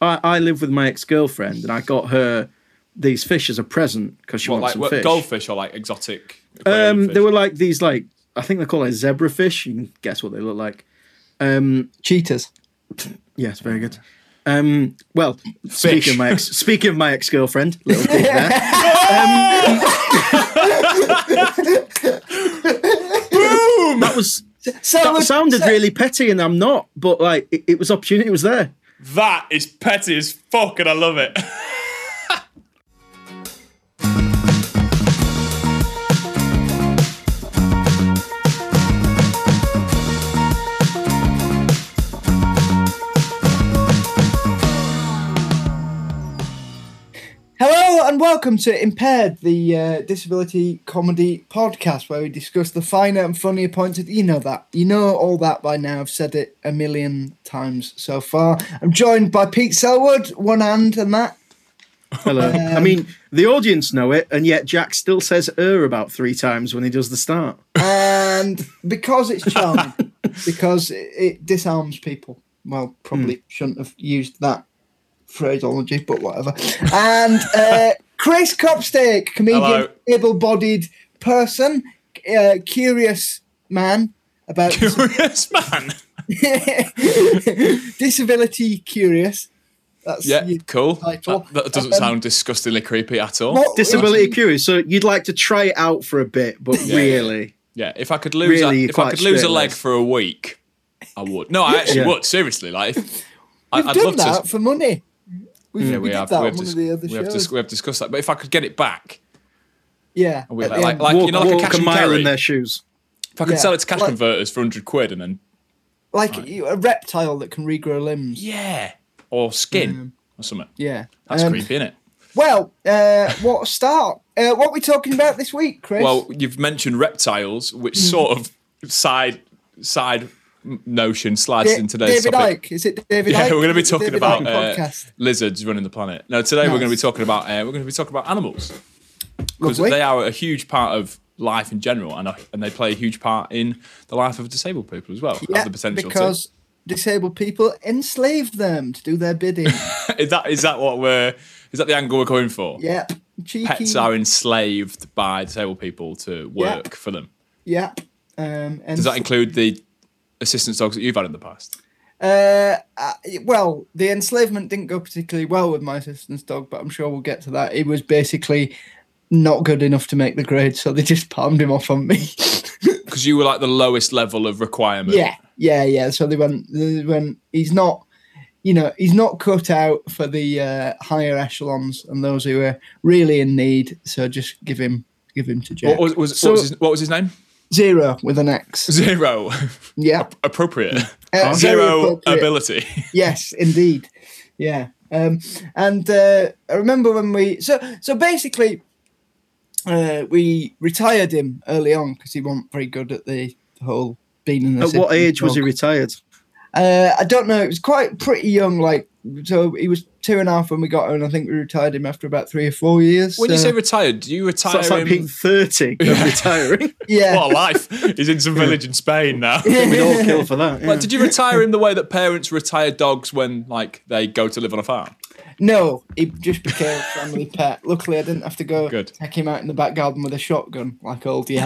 I, I live with my ex girlfriend, and I got her these fish as a present because she What, wants like some what, fish. goldfish or like exotic? aquarium Um, fish? they were like these, like I think they call it zebra fish. You can guess what they look like. Cheetahs. Yes, very good. Um, well, speaking of my ex, speaking of my ex girlfriend, little dig there. Um, that was Sound that sounded really petty, and I'm not. But like, it, it was opportunity was there. That is petty as fuck, and I love it. Hello and welcome to Impaired, the uh, disability comedy podcast where we discuss the finer and funnier points of you know that you know all that by now. I've said it a million times so far. I'm joined by Pete Selwood, one hand and that. Hello. I mean, the audience know it, and yet Jack still says "er" about three times when he does the start. and because it's charming, because it, it disarms people. Well, probably shouldn't have used that phraseology, but whatever. And uh, Chris Copstick, comedian, Hello. able-bodied person, uh, curious man about Curious man. disability, curious. That's Yeah, you- cool. title. That, that doesn't Um, sound disgustingly creepy at all. What- Disability curious. So you'd like to try it out for a bit, but really, Yeah, if I could lose, Really, a, you're if I quite could lose a leg straight-laced. for a week, I would. No, I actually Yeah. would. Seriously, like if, I, We've I'd done love that to. for money. We've, Yeah, we, we, did have. that we, on have one dis- of the other we, have shows. dis- we have discussed that. But if I could get it back, yeah, Oh, we at like, the like, end. like walk, you know, like a walk cash a and mile carry. in their shoes. If I could Yeah. sell it to cash Like- converters for hundred quid and then like you- a reptile that can regrow limbs. yeah, or skin or something. Yeah, That's Um, creepy, isn't it? Well, uh, what a start? Uh, what are we talking about this week, Chris? Well, you've mentioned reptiles, which Hmm. sort of side side notion slides Da- in today's David topic. Ike. Is it David Yeah, Ike? we're going to be Is it talking David about Icke uh, podcast. lizards running the planet. No, today we're going to be Nice. talking about uh, we're going to be talking about animals because Lovely. they are a huge part of life in general, and a- and they play a huge part in the life of disabled people as well. Yeah, have the potential because disabled people enslaved them to do their bidding. to. Is that is that what we're is that the angle we're going for? yep, cheeky. Pets are enslaved by disabled people to work for them. Yep. Um, and Does that include the assistance dogs that you've had in the past? Uh, uh, well, the enslavement didn't go particularly well with my assistant's dog, but I'm sure we'll get to that. It was basically not good enough to make the grade, so they just palmed him off on me. Because you were like the lowest level of requirement. Yeah, yeah, yeah. So they went, they went. He's not, you know, he's not cut out for the uh, higher echelons and those who are really in need. So just give him, give him to Jack. What was, was, what, was his, what was his name? Zero with an X. Zero. Yeah, Appropriate. Uh, very Zero appropriate. ability. Yes, indeed. Yeah. Um, and uh, I remember when we so so basically uh, we retired him early on because he wasn't very good at the whole being in the At what system age was dog. he retired? Uh, I don't know. It was quite pretty young. Like, so he was two and a half when we got him. And I think we retired him after about three or four years. When you so- say retired, do you retire So that's like him? being 30 and retiring. yeah, What a life! He's in some village in Spain now. We'd all kill for that. yeah. Like, did you retire him the way that parents retire dogs when, like, they go to live on a farm? no, he just became a family pet. Luckily, I didn't have to go Good. take him out in the back garden with a shotgun like old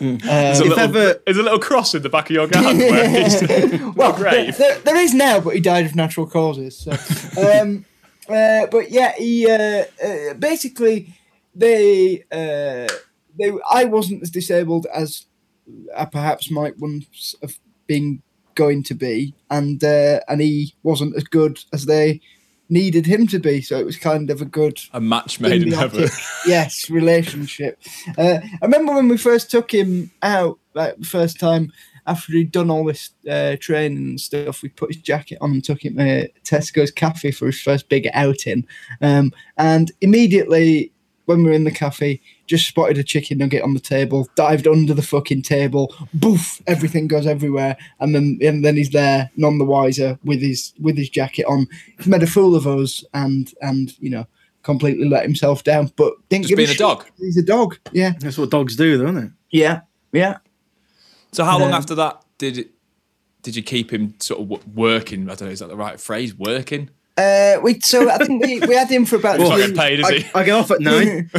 Um, Yeller. There's a, If little, ever- there's a little cross in the back of your garden. Where he's, well, grave. There, there- there is now, but he died of natural causes. So, um, uh, but yeah, he uh, uh, basically they uh, they I wasn't as disabled as I perhaps might once have been going to be, and uh, and he wasn't as good as they needed him to be. So it was kind of a good a match made in heaven. symbiotic, yes, relationship. Uh, I remember when we first took him out, like the first time after he'd done all this uh, training and stuff, we put his jacket on and took him to Tesco's cafe for his first big outing. Um, and immediately when we were in the cafe, just spotted a chicken nugget on the table, dived under the fucking table, boof, everything goes everywhere, and then and then he's there, none the wiser, with his with his jacket on. He's made a fool of us and and you know, completely let himself down. But didn't Just give being a shit. dog. He's a dog. Yeah. That's what dogs do, though, isn't it? Yeah. Yeah. So, how long Um, after that did did you keep him sort of wo- working? I don't know. Is that the right phrase? Working? Uh, we so I think we, we had him for about He's not three- getting paid, is I, he? I get off at nine.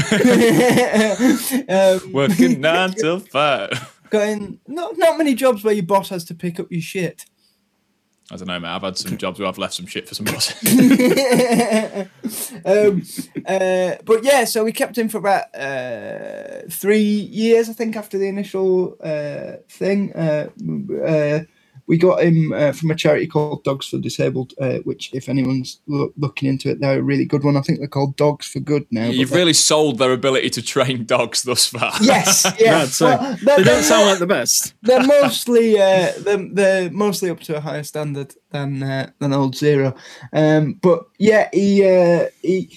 um, Working nine till five. going not not many jobs where your boss has to pick up your shit. I don't know, mate. I've had some jobs where I've left some shit for some boss. um, uh, but yeah, so we kept him for about uh, three years, I think, after the initial uh, thing. Uh, uh, we got him uh, from a charity called Dogs for Disabled, uh, which, if anyone's loo- looking into it, they're a really good one. I think they're called Dogs for Good now. but You've they're- really sold their ability to train dogs thus far. Yes, Right, yes. so Well, they they're- don't sound like the best. they're mostly uh, they're, they're mostly up to a higher standard than uh, than old zero um, but yeah he uh, he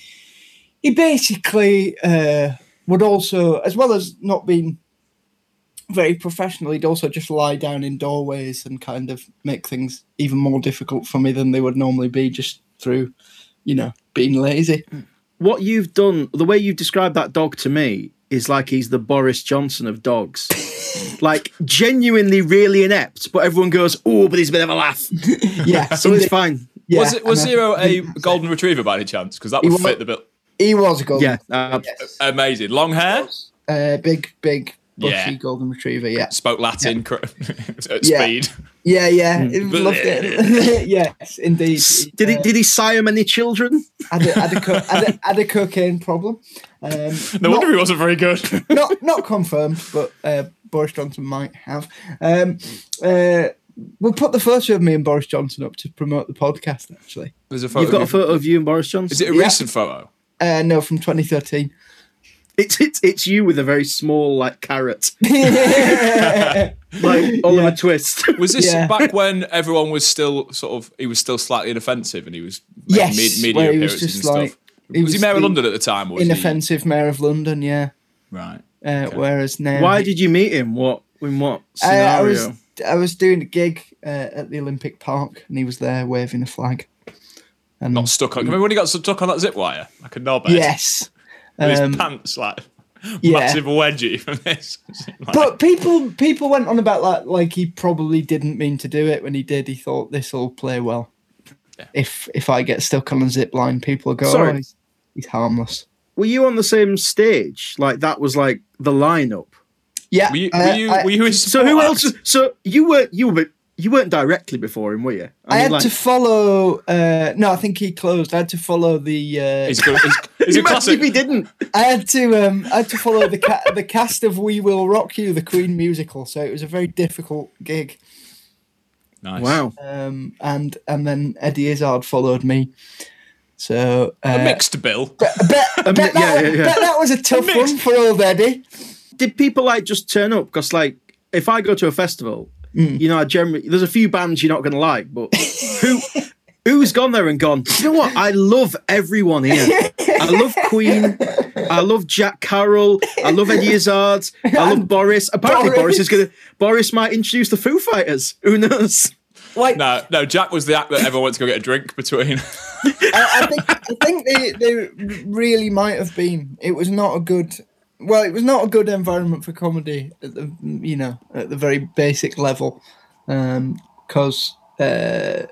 he basically uh, would also as well as not being very professional he'd also just lie down in doorways and kind of make things even more difficult for me than they would normally be just through you know being lazy What you've done, the way you've described that dog to me, is like he's the Boris Johnson of dogs. like genuinely really inept, but everyone goes, "Oh, but he's a bit of a laugh," yeah so it's fine. yeah, was it was and, uh, Zero a golden retriever by any chance? Because that would was- fit the bill. he was a golden Yeah, uh, yes. Amazing. Long hair, uh, big big bushy Yeah. golden retriever yeah spoke Latin cr- at Yeah. speed. Yeah, yeah, Mm. loved it. yes, indeed. Did he Uh, did he sire many children? had, a, had, a co- had, a, had a cocaine problem? Um, No not, wonder he wasn't very good. not not confirmed, but uh, Boris Johnson might have. Um, uh, we'll put the photo of me and Boris Johnson up to promote the podcast. Actually, There's a photo. You've got a of- photo of you and Boris Johnson. Is it a Yeah. recent photo? uh, no, from 2013. It's it's it's you with a very small like carrot, like Oliver Twist. Was this Yeah. back when everyone was still sort of he was still slightly inoffensive and he was making yes, med- media where he was appearances just and like stuff? was, he mayor of the London at the time? Or was Inoffensive mayor of London, yeah. He, right. Uh, Whereas now, Why did you meet him? What in what Uh, scenario? I was I was doing a gig uh, at the Olympic Park, and he was there waving a flag. And Not stuck on. Remember when he got stuck on that zip wire like a knobhead? yes, With Um, his pants like yeah. massive wedgie from this. Like, but people people went on about that like he probably didn't mean to do it. When he did, he thought this will play well. If if I get stuck on a zip line, people go, Sorry. "Oh, he's, he's harmless." Were you on the same stage? Like that was like the lineup. Yeah. were you, uh, were you, I, were you his So who support else? act? So you weren't you were you weren't directly before him, were you? I mean, had like- to follow. Uh, no, I think he closed. I had to follow the. Uh, He's, good- he's, he's a Imagine classic. if he didn't. I had to um, I had to follow the ca- the cast of We Will Rock You, the Queen musical. So it was a very difficult gig. Nice. Wow. Um, and and then Eddie Izzard followed me. So uh, A mixed bill. I bet, I bet mi- yeah, that, yeah, yeah. bet that was a tough mix. one for old Eddie. Did people like just turn up? Because like if I go to a festival, Hmm. you know, I generally there's a few bands you're not going to like, but who? Who's gone there and gone? You know what? I love everyone here. I love Queen. I love Jack Carroll. I love Eddie Izzard. I love Boris. Apparently, Boris, Boris. is gonna. Boris might introduce the Foo Fighters. Who knows? Like No, no. Jack was the act that everyone went to go get a drink between. I, I think I think they they really might have been. It was not a good. Well, it was not a good environment for comedy. At the, you know, at the very basic level, because uh,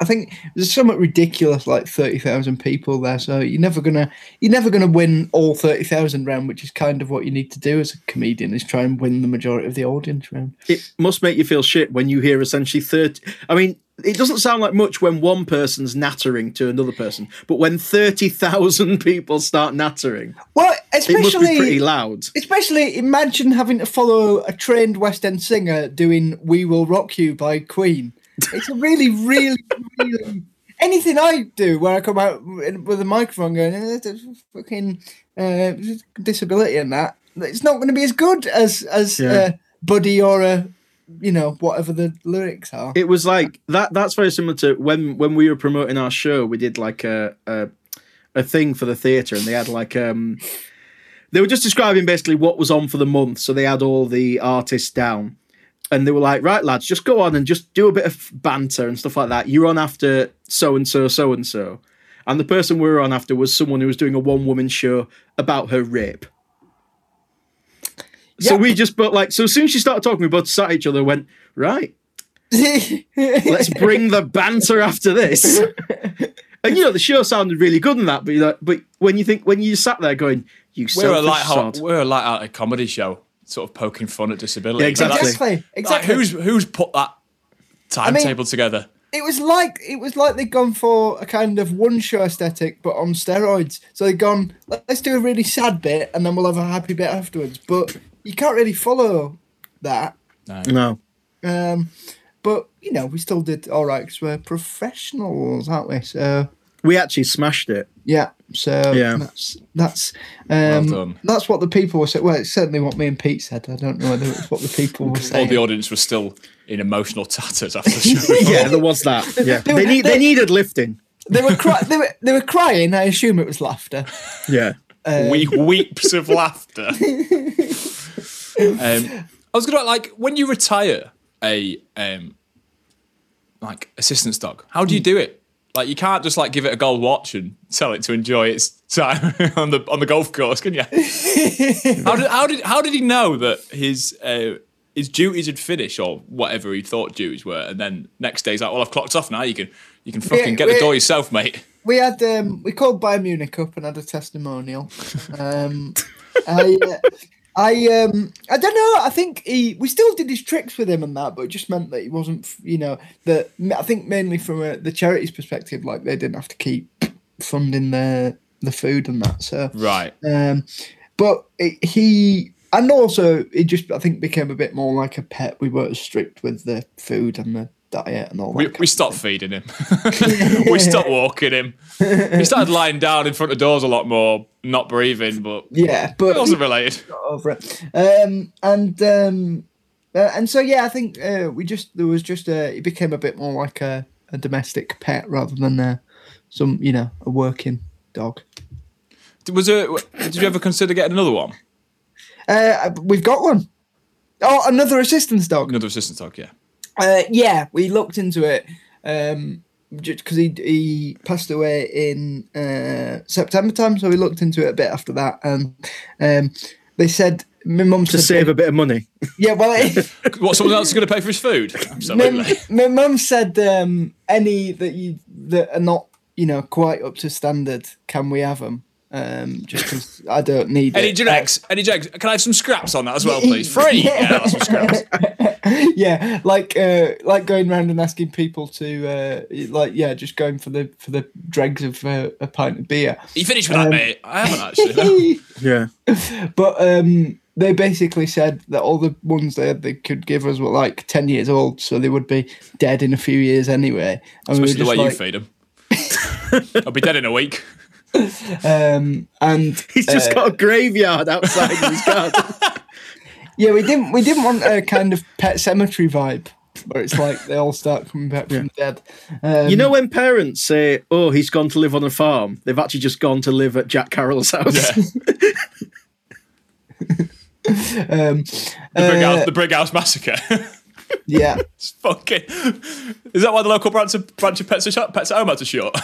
I think there's somewhat ridiculous, like thirty thousand people there. So you're never gonna you're never gonna win all thirty thousand round, which is kind of what you need to do as a comedian is try and win the majority of the audience round. it must make you feel shit when you hear essentially 30 i mean it doesn't sound like much when one person's nattering to another person but when 30,000 people start nattering Well, it must be pretty especially loud Especially imagine having to follow a trained West End singer doing We Will Rock You by Queen. It's a really, really, really. Anything I do where I come out with a microphone going, "Eh, there's a fucking uh, disability and that, it's not going to be as good as as Yeah. uh, Buddy or a, you know, whatever the lyrics are. it was like that that's very similar to when when we were promoting our show we did like a a, a thing for the theater and they had like um they were just describing basically what was on for the month so they had all the artists down and they were like right lads just go on and just do a bit of banter and stuff like that you're on after so and so so and so and the person we were on after was someone who was doing a one woman show about her rape so Yeah. we just but like so as soon as she started talking we both sat at each other and went right let's bring the banter after this. And you know the show sounded really good in that, but you're like, but when you think when you sat there going, you We're a selfish light sod. we're a light-hearted comedy show, sort of poking fun at disability. Yeah, exactly. That's- Exactly. like, Exactly. who's who's put that timetable together? it was like it was like they'd gone for a kind of one show aesthetic but on steroids. So they'd gone, let's do a really sad bit and then we'll have a happy bit afterwards. But you can't really follow that. No, Um, but you know, we still did all right because we're professionals, aren't we? So we actually smashed it. yeah, so Yeah. that's that's um, done. that's what the people were saying. Well, it's certainly what me and Pete said. I don't know whether it's what the people were All saying. the audience was still in emotional tatters after the show. Yeah, there was that. Yeah, They- they need they- they needed lifting. they were cry- they were they were crying. I assume it was laughter. Yeah, we weeps of laughter. um, I was gonna like when you retire a um, like assistance dog. How do you do it? Like you can't just like give it a gold watch and tell it to enjoy its time on the on the golf course, can you? how did how did how did he know that his uh, his duties had finished or whatever he thought duties were, and then next day he's like, "Well, I've clocked off now. You can you can fucking get we- the door yourself, mate." we had um, we called Bayern Munich up and had a testimonial. Um, I, uh, I, um, I don't know. I think he we still did his tricks with him and that, but it just meant that he wasn't, f- you know, that I think mainly from a, the charity's perspective, like they didn't have to keep funding the the food and that. So Right. um, but it, he and also it just I think became a bit more like a pet. We weren't as strict with the food and the diet and all that. We, kind we of stopped feeding him. we stopped walking him. He started lying down in front of doors a lot more, not breathing, but it yeah, but wasn't related. over it. Um, and um, uh, and so yeah, I think uh, we just there was just a, it became a bit more like a, a domestic pet rather than uh some you know a working dog. Was there, did you ever consider getting another one? Uh, we've got one. Oh, another assistance dog. Another assistance dog, yeah. Uh, yeah, we looked into it. Um, just because he he passed away in uh, September time, so we looked into it a bit after that, and um, they said my mum to said- save a bit of money. Yeah, well. It, What, someone else is going to pay for his food? My, Absolutely. my mum said um, any that you that are not you know quite up to standard, can we have them? Um, just because I don't need Any it. generics? Any generics? Can I have some scraps on that as well, please? Yeah. Free? Yeah, that's some scraps. yeah, like uh, like going around and asking people to uh, like yeah, just going for the for the dregs of uh, a pint of beer. You finished Um, with that, mate? I haven't actually. no. Yeah, But um, they basically said that all the ones they, they could give us were like ten years old, so they would be dead in a few years anyway. And we were Especially the just way like, you feed him. I'll be dead in a week. Um, and uh, he's just got a graveyard outside his garden. Yeah, we didn't we didn't want a kind of pet cemetery vibe where it's like they all start coming back from the dead. Um, You know when parents say, "Oh, he's gone to live on a farm," they've actually just gone to live at Jack Carroll's house. Yeah. um, The Brig, uh, house, the Brig House Massacre. yeah, It's fucking. Is that why the local branch of, branch of pets, are short, pets at Home ads are short?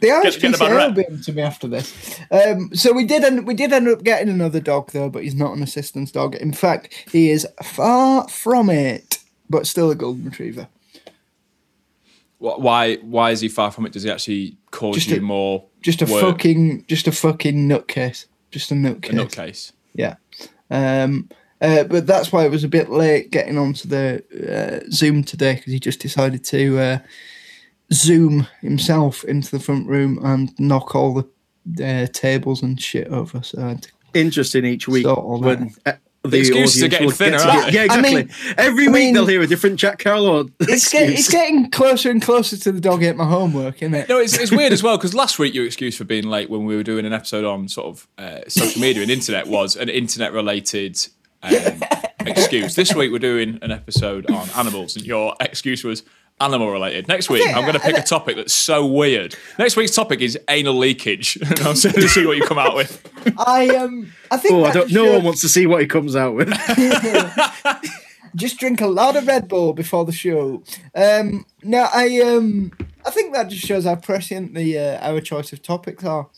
the get the bad RSPCA will rap. be on to me after this. Um, so we did end we did end up getting another dog though, but he's not an assistance dog. In fact, he is far from it, but still a golden retriever. Wh- Why? Why is he far from it? Does he actually cause Just you a- more? Just a work, fucking just a fucking nutcase. Just a a nutcase. Yeah. Um, uh, but that's why it was a bit late getting onto the uh, Zoom today because he just decided to uh, Zoom himself into the front room and knock all the uh, tables and shit over. So I had to- Interesting each week Sort all when uh, the, excuses are audience getting will thinner, get to aren't get- they? Yeah, I exactly. mean- Every I week mean- they'll hear a different Jack Carroll. Or it's, get, it's getting closer and closer to the dog ate my homework, isn't it? No, it's, it's weird as well because last week your excuse for being late when we were doing an episode on sort of uh, social media and internet was an internet related um, excuse. This week we're doing an episode on animals and your excuse was animal related. Next week I'm going to pick uh, a topic that's so weird. Next week's topic is anal leakage. and I'm going to see what you come out with. I um, I think Oh, I that don't. you No should one wants to see what he comes out with. just drink a lot of Red Bull before the show. Um, no, I um, I think that just shows how prescient the uh, our choice of topics are.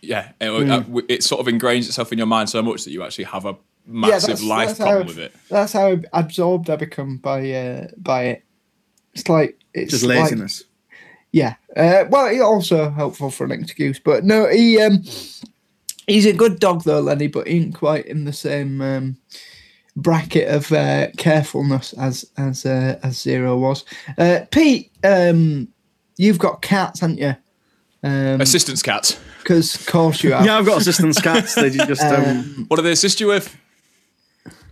Yeah, it, Mm. uh, w- it sort of ingrains itself in your mind so much that you actually have a massive life problem with it. That's how absorbed I become by uh, by it. It's like it's Just like- laziness. yeah. Uh, well, he also helpful for an excuse, but no, he um, he's a good dog though, Lenny, but he ain't quite in the same um, bracket of uh, carefulness as as uh, as Zero was. Uh, Pete, um, you've got cats, haven't you? Because Assistance cats. of course you have. Yeah, I've got assistance cats. They do just um, What do they assist you with?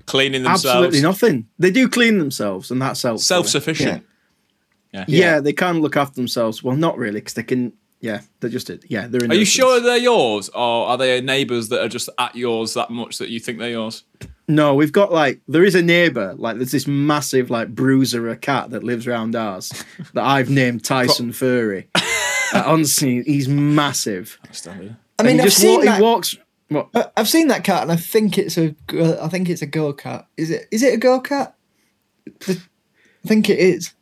Cleaning themselves. absolutely nothing. They do clean themselves, and that's helpful. Self sufficient. Yeah, they can look after themselves. Well, not really, because they can. Yeah, they're just yeah. They're. A Are you sure they're yours, or are they neighbours that are just at yours that much that you think they're yours? No, we've got like there is a neighbour like there's this massive like bruiser a cat that lives round ours that I've named Tyson Furry. Uh, honestly, he's massive. I mean, he I've just seen wa- that. he walks. What? I- I've seen that cat, and I think it's a. gir- I think it's a girl cat. Is it? Is it a girl cat? The- I think it is.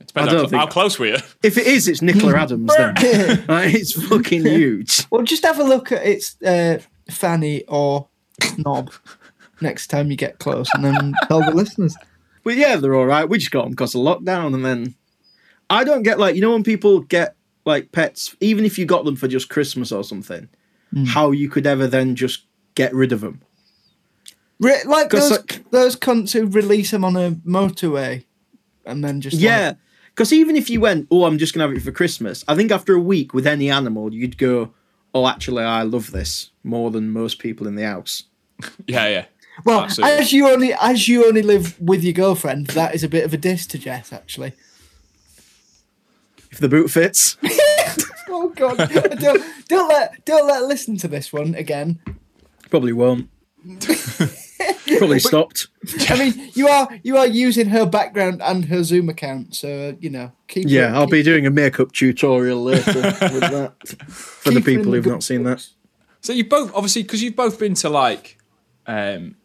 It depends I how, don't cl- how think- close we are. If it is, it's Nicola Adams then. Like, it's fucking huge. Well, just have a look at its uh, fanny or snob next time you get close, and then tell the listeners. But yeah, they're all right. We just got them because of lockdown, and then I don't get like you know when people get like pets, even if you got them for just Christmas or something, Hmm. how you could ever then just get rid of them. Re- like 'Cause, those like- those cunts who release them on a motorway, and then just like- Yeah. Because even if you went, oh, I'm just going to have it for Christmas, I think after a week with any animal, you'd go, oh, actually, I love this more than most people in the house. Yeah, yeah. well, absolutely. as you only as you only live with your girlfriend, that is a bit of a diss to Jess, actually. If the boot fits. Oh God! don't, don't let don't let her listen to this one again. Probably won't. Probably stopped. I mean, you are you are using her background and her Zoom account, so uh, you know keep. Yeah, her- I'll be keep- doing a makeup tutorial later with that for the Keep her in people the who've good not seen that. So you both obviously because you've both been to like um,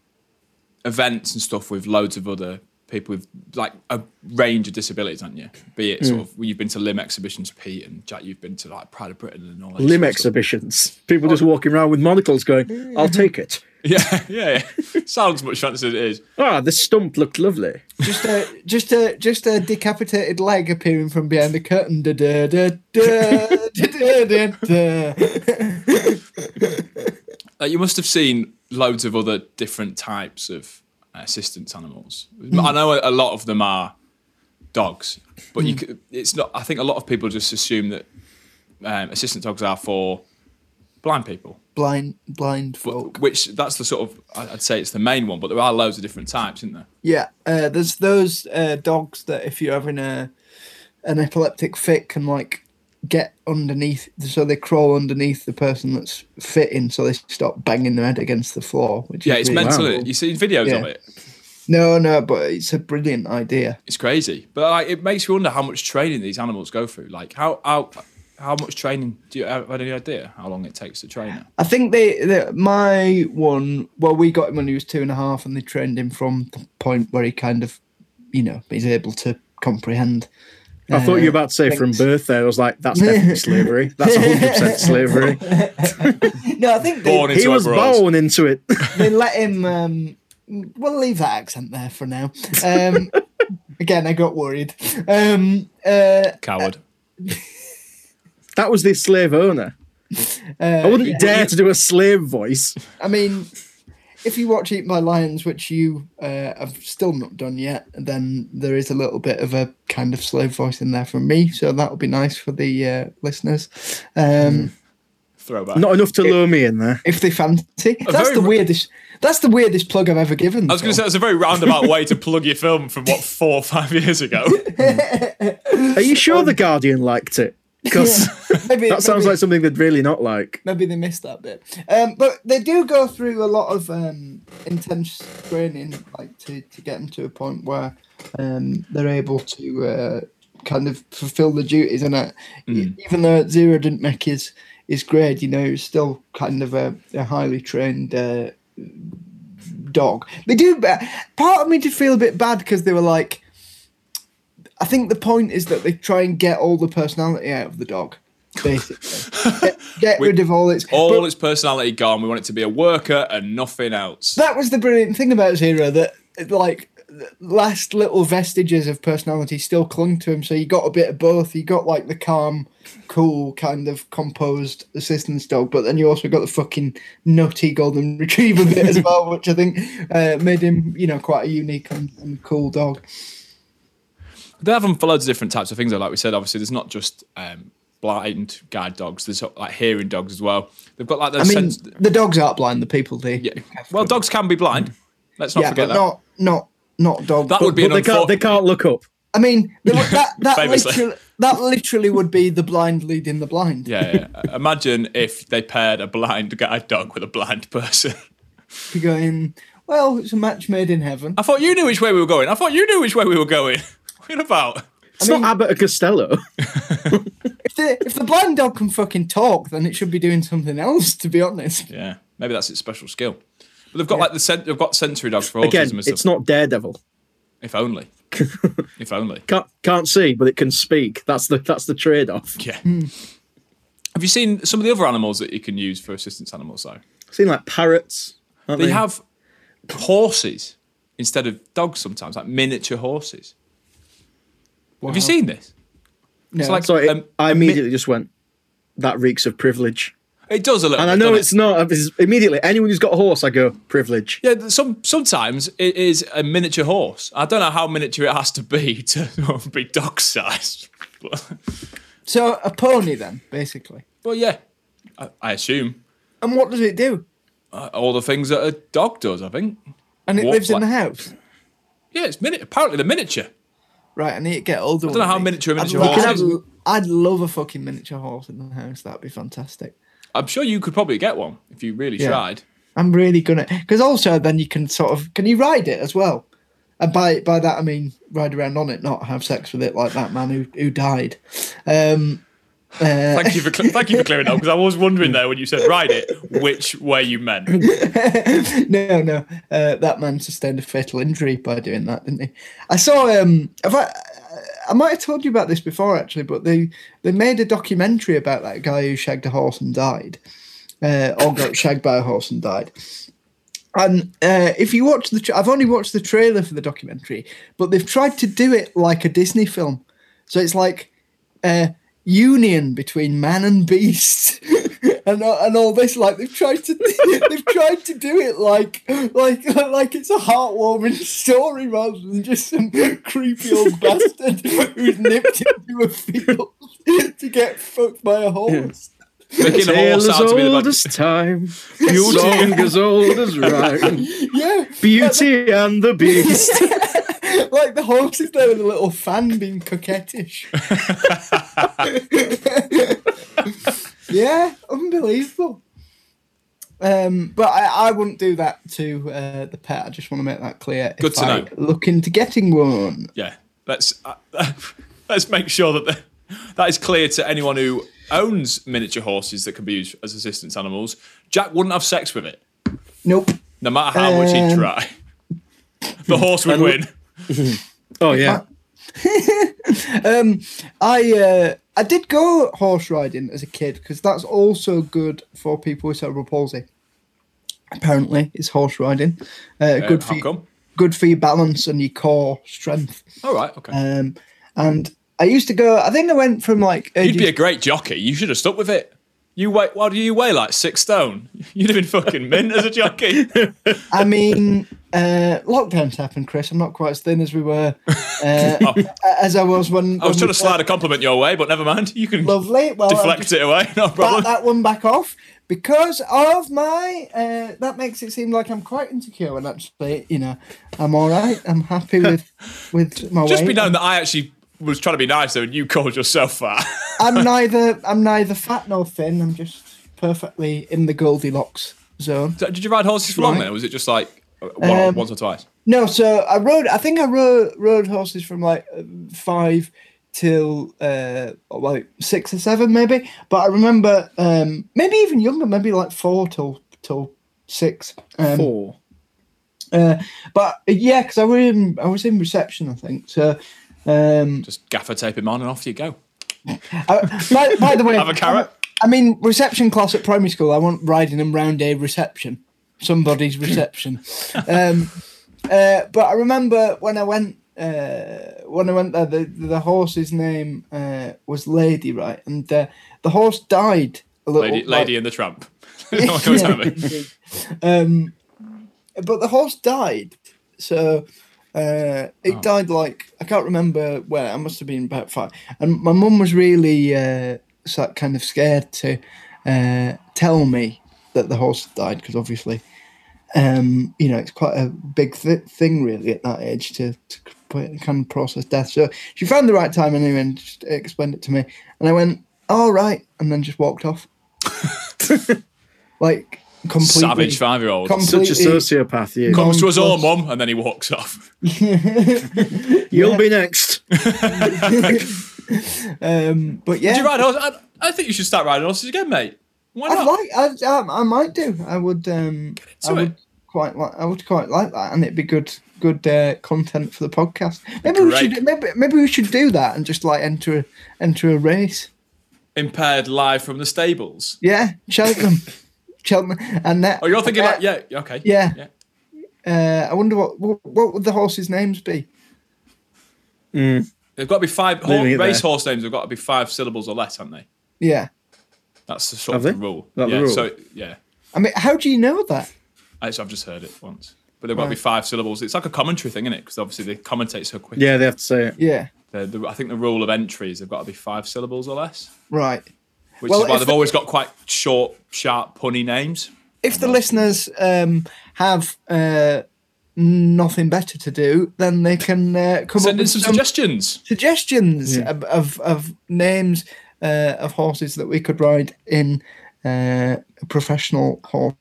events and stuff with loads of other people with like a range of disabilities, aren't you? Be it sort of well, you've been to limb exhibitions, Pete and Jack. You've been to like Pride of Britain and all. That Limb sort of stuff. exhibitions. People Oh. just walking around with monocles going, I'll take it. Yeah, yeah, yeah. Sounds much fancy as it is. Ah, this stump looked lovely. Just a just a just a decapitated leg appearing from behind the curtain. Da, da, da, da, da, da, da, da. Like, Uh, you must have seen loads of other different types of assistance animals. Mm. I know a, a lot of them are dogs, but Mm. you could, it's not. I think a lot of people just assume that um, assistance dogs are for blind people, Blind blind but, folk. which that's the sort of I- I'd say it's the main one. But there are loads of different types, isn't there? Yeah, uh, there's those uh, dogs that if you're having a an epileptic fit can like get underneath, so they crawl underneath the person that's fitting, so they stop banging their head against the floor. Which Yeah, is it's really mental. Wow. You see videos of Yeah. it. No, no, but it's a brilliant idea. It's crazy, but like, it makes you wonder how much training these animals go through. Like how how how much training do you have any idea how long it takes to train it? I think they, they my one. Well, we got him when he was two and a half, and they trained him from the point where he kind of, you know, is able to comprehend. Uh, I thought you were about to say from thanks. birth there. I was like, that's definitely slavery. That's 100% slavery. No, I think Born they, he into was overalls. born into it. they let him. Um, we'll leave that accent there for now. Um, again, I got worried. Um, uh, Coward. that was the slave owner. I uh, wouldn't dare to do a slave voice. I mean, if you watch Eat My Lions, which you uh, have still not done yet, then there is a little bit of a kind of slow voice in there from me, so that will be nice for the uh, listeners um, Hmm. Throwback. Not enough to lure me in there. if they fancy. That's very the ru- weirdest. That's the weirdest plug I've ever given. I was going to say that's a very roundabout way to plug your film from what four or five years ago. Are you sure the Guardian liked it? Because maybe that sounds maybe- like something they'd really not like. maybe they missed that bit. Um, but they do go through a lot of um, intense training, like to, to get them to a point where um, they're able to uh, kind of fulfill the duties. And uh, e- even though Zero didn't make his his grade, you know, he was still kind of a, a highly trained. Uh, dog they do but part of me did feel a bit bad because they were like i think the point is that they try and get all the personality out of the dog basically get, get rid of all its All but- its personality gone. We want it to be a worker and nothing else. that was the brilliant thing about Zero that like the last little vestiges of personality still clung to him. So you got a bit of both. You got like the calm, cool kind of composed assistance dog, but then you also got the fucking nutty golden retriever bit as well, which I think uh, made him, you know, quite a unique and, and cool dog. They have them for loads of different types of things. Though. Like we said, obviously, there's not just um, blind guide dogs. There's like hearing dogs as well. They've got like I those. mean, sens- the dogs aren't blind. The people do. yeah. Well, dogs can be blind. Let's not yeah, forget but that. not not not dog. that but- would be But an they can't. unfortunate. They can't look up. I mean, there were- that that Famously. literally, that literally would be the blind leading the blind. Yeah, yeah. Imagine if they paired a blind guide dog with a blind person. Be going. Well, it's a match made in heaven. I thought you knew which way we were going. I thought you knew which way we were going. What about? It's not Abbott and Costello. If the, if the blind dog can fucking talk, then it should be doing something else. To be honest, Yeah, maybe that's its special skill. But they've got like the sen- they've got sensory dogs for Again, autism and stuff. it's not Daredevil. if only. if only. Can't can't see, but it can speak. That's the that's the trade off. Yeah. Have you seen some of the other animals that you can use for assistance animals though? Seen like parrots. aren't They have horses instead of dogs sometimes, like miniature horses. Have you seen this? no. It's like Sorry, um, I a mi- immediately just went. That reeks of privilege. It does a little. And bit, I know doesn't it's not. it's immediately, anyone who's got a horse, I go privilege. Yeah, th- some sometimes it is a miniature horse. I don't know how miniature it has to be to be dog sized, but, so a pony then, basically. but yeah, I, I assume And what does it do? uh, all the things that a dog does. I think. And it Walk lives in like- the house, Yeah, it's mini- apparently the miniature. right? And it get older. I don't know how miniature a miniature I'd, horse I'd, I'd love a fucking miniature horse in the house. That'd be fantastic. I'm sure you could probably get one if you really Yeah. tried. I'm really gonna because also then you can sort of can you ride it as well, and by by that I mean ride around on it, not have sex with it like that man who who died. Um, uh, Thank you for cl- thank you for clearing up because I was wondering there when you said ride it which way you meant. no, no, uh, that man sustained a fatal injury by doing that, didn't he? I saw. Um, have I? I might have told you about this before actually, but they they made a documentary about that guy who shagged a horse and died, uh, or got shagged by a horse and died. And uh, if you watch the, tra- I've only watched the trailer for the documentary, but they've tried to do it like a Disney film, so it's like uh, union between man and beast, and all- and all this. Like they've tried to, they've tried to do it like like like it's a heartwarming story rather than just some creepy old bastard who's nipped into a field to get fucked by a horse. Making a Tale horse as out to be the old dog. as time, song as old as rhyme. Yeah. Beauty and the Beast. like the horse is there with a little fan being coquettish. yeah, unbelievable. Um, but I, I wouldn't do that to uh, the pet. I just want to make that clear. Good if to I know. Look into getting one. Yeah, let's uh, let's make sure that the, that is clear to anyone who owns miniature horses that can be used as assistance animals. Jack wouldn't have sex with it, Nope. no matter how much he Um, try. The horse would win. Oh yeah, Um, I uh, I did go horse riding as a kid because that's also good for people with cerebral palsy. Apparently, it's horse riding. Uh, Uh, good for how you- come? good for your balance and your core strength. All right, Uh, okay. Um, and I used to go. I think I went from like You'd ages, be a great jockey. You should have stuck with it. You weigh. Why do you weigh like six stone? You'd have been fucking mint as a jockey. I mean, uh, lockdowns happened, Chris. I'm not quite as thin as we were, uh, as I was when Oh. I was trying to slide a compliment your way, but never mind. You can Lovely. Well, I've deflect just it away. No bat problem. that one back off because of my. Uh, that makes it seem like I'm quite insecure, and actually, you know, I'm all right. I'm happy with with my Just weight. be known that I actually was trying to be nice, though, and you called yourself fat. I'm neither. I'm neither fat nor thin. I'm just perfectly in the Goldilocks zone. So Did you ride horses for long Right. then? Or was it just like uh, one, Um, once or twice? No, so I rode. I think I rode rode horses from like um, five till uh like six or seven maybe. But I remember um maybe even younger, maybe like four till till six. Um, four. Uh, but yeah, because I was in I was in reception, I think. So um, Just gaffer tape him on and off you go. I, by, by the way, Have a carrot. I mean reception class at primary school. I want riding them round a reception, somebody's reception. Um, Uh, but I remember when I went uh, when I went there, the, the horse's name uh, was Lady, right? And uh, the horse died a little. Lady, like- lady and the tramp. No one comes out of it. um, but the horse died, so uh, it died like I can't remember where. I must have been about five, and my mum was really uh, sort- kind of scared to uh, tell me that the horse died because obviously, um, you know, it's quite a big th- thing really at that age to. to c- kind of process death so she found the right time anyway and just explained it to me and i went all right and then just walked off like completely Savage five year old. Com- Such a Completely- sociopath, you. Com- Comes to us all, nonplussed. mum, and then he walks off. You'll be next. Um, but yeah, Do you ride horses? I, I think you should start riding horses again, mate. Why I'd not? like. I'd, um, I might do. I would. Um, I into would it. quite like. I would quite like that, and it'd be good. Good uh, content for the podcast. Maybe we Great. should. Maybe maybe we should do that and just like enter a enter a race. Impaired live from the stables. Yeah, Cheltenham, Cheltenham, and that. Oh, you're thinking uh, like, yeah, yeah, okay. yeah. Uh, I wonder what, what what would the horses' names be? They've got to be five ho- Leaving it there. race horse names. Have got to be five syllables or less, haven't they? Yeah, That's the sort Have of they? rule. That the yeah. rule? So yeah, I mean, how do you know that? I, I've just heard it once, but they've got to be five syllables. It's like a commentary thing, isn't it? Because obviously they commentate so quick. Yeah, they have to say it. Yeah, The, the, I think the rule of entry is they've got to be five syllables or less, right. which Well, is why if they've the- always got quite short, sharp, punny names. if the listeners um, have uh, nothing better to do, then they can uh, come Send in up with some some suggestions. suggestions of, of, of names uh, of horses that we could ride in uh, professional horse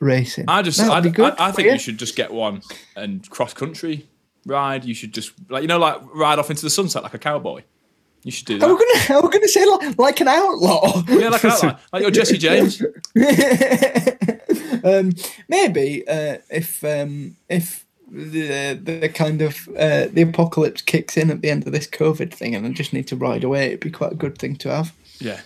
racing. I just, That would I, be good I, I for think you. you should just get one and cross country ride. You should just like you know, like ride off into the sunset like a cowboy. You should do that. Are we gonna? Are we gonna say like, like an outlaw? yeah, like, an outline, like your Jesse James. um, maybe uh, if um, if the the kind of uh, the apocalypse kicks in at the end of this COVID thing, and I just need to ride away, it'd be quite a good thing to have. Yeah,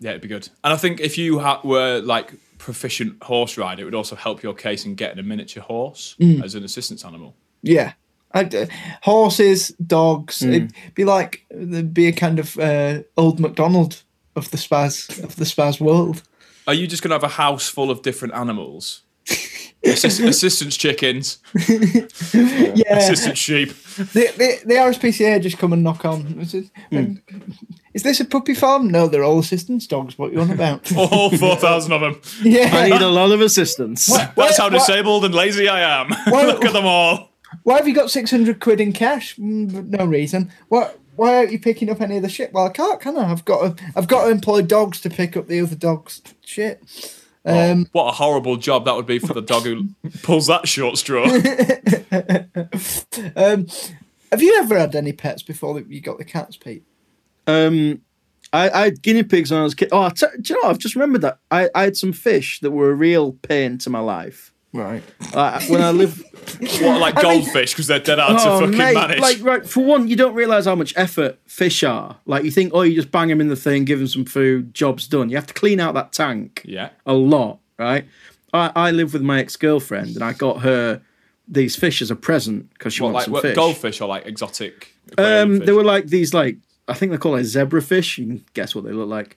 yeah, it'd be good. And I think if you ha- were like proficient horse rider, it would also help your case in getting a miniature horse Mm. as an assistance animal. Yeah. I'd, uh, horses, dogs. Hmm. It'd be like there'd be a kind of uh, old McDonald of the spaz of the spaz world. Are you just gonna have a house full of different animals? Assist- assistance chickens, Yeah, assistance sheep. the, the the RSPCA just come and knock on. It's just, Hmm. Is this a puppy farm? No, they're all assistance dogs. What you on about? All four thousand of them. Oh, I yeah, need a lot of assistance. That's how What- what- disabled and lazy I am. What- Look at them all. why have you got six hundred quid in cash? Mm, no reason. What? Why aren't you picking up any of the shit? Well, I can't, can I? I've got to, I've got to employ dogs to pick up the other dogs' shit. Um, Oh, what a horrible job that would be for the dog who pulls that short straw. um, have you ever had any pets before that you got the cats, Pete? Um, I, I had guinea pigs when I was a kid. Oh, I t- do you know? I've just remembered that I, I had some fish that were a real pain to my life. Right. Like, when I lived, what, like mean- goldfish because they're dead hard oh to fucking mate, manage. like right for one, you don't realize how much effort fish are. Like you think, oh, you just bang them in the thing, give them some food, job's done. You have to clean out that tank. yeah. a lot, right? I, I live with my ex girlfriend, and I got her these fish as a present because she What, wants like some what, fish. goldfish or like exotic? aquarium um, fish? they were like these, like I think they're called like zebra fish. You can guess what they look like.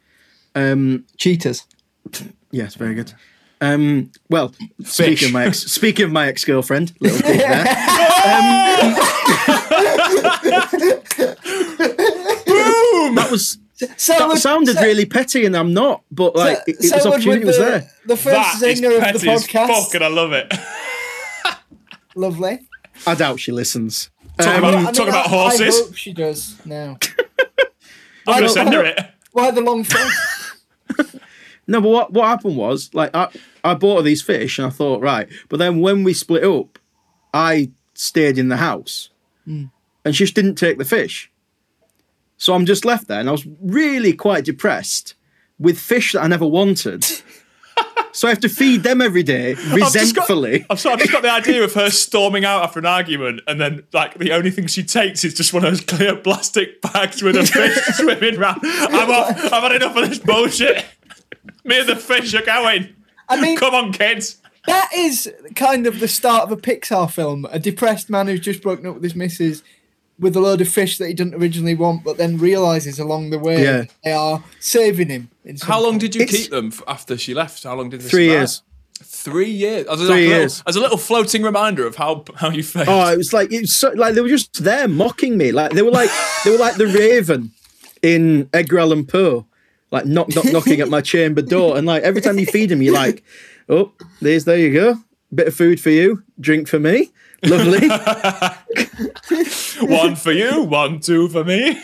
Cheetahs. Yes, very good. Um, well, speaking of my ex, speaking of my ex girlfriend, little dig there. Um, that was that Salad, sounded really petty, and I'm not. But like, it, it was opportunity was the, there. The first That is singer of the petty as podcast. fuck, and I love it. Lovely. I doubt she listens. Talk Um, about, I talk mean, about I- horses. I hope she does now. I'm going to don't- send her it. Why the long face? No, but what, what happened was like I I bought her these fish and I thought right, but then when we split up, I stayed in the house, Hmm. and she just didn't take the fish, so I'm just left there, and I was really quite depressed with fish that I never wanted. so I have to feed them every day I've just got- resentfully. I'm sorry, I've just got the idea of her storming out after an argument, and then like the only thing she takes is just one of those clear plastic bags with a fish swimming round. I'm off. I've had enough of this bullshit. Me and the fish are going. I mean, Come on, kids. that is kind of the start of a Pixar film. A depressed man who's just broken up with his missus with a load of fish that he didn't originally want, but then realizes along the way Yeah. they are saving him. in some How long did you It's- keep them f- after she left? How long did this Three last? years. Three years. As a, Three like a years. Little, as a little floating reminder of how how you failed. Oh, it was like it was so, like they were just there mocking me. Like they were like they were like the Raven in Edgar Allan Poe, like knock knock knocking at my chamber door. And like every time you feed him, you're like, oh, there's there you go, bit of food for you, drink for me, lovely. one for you, one two for me.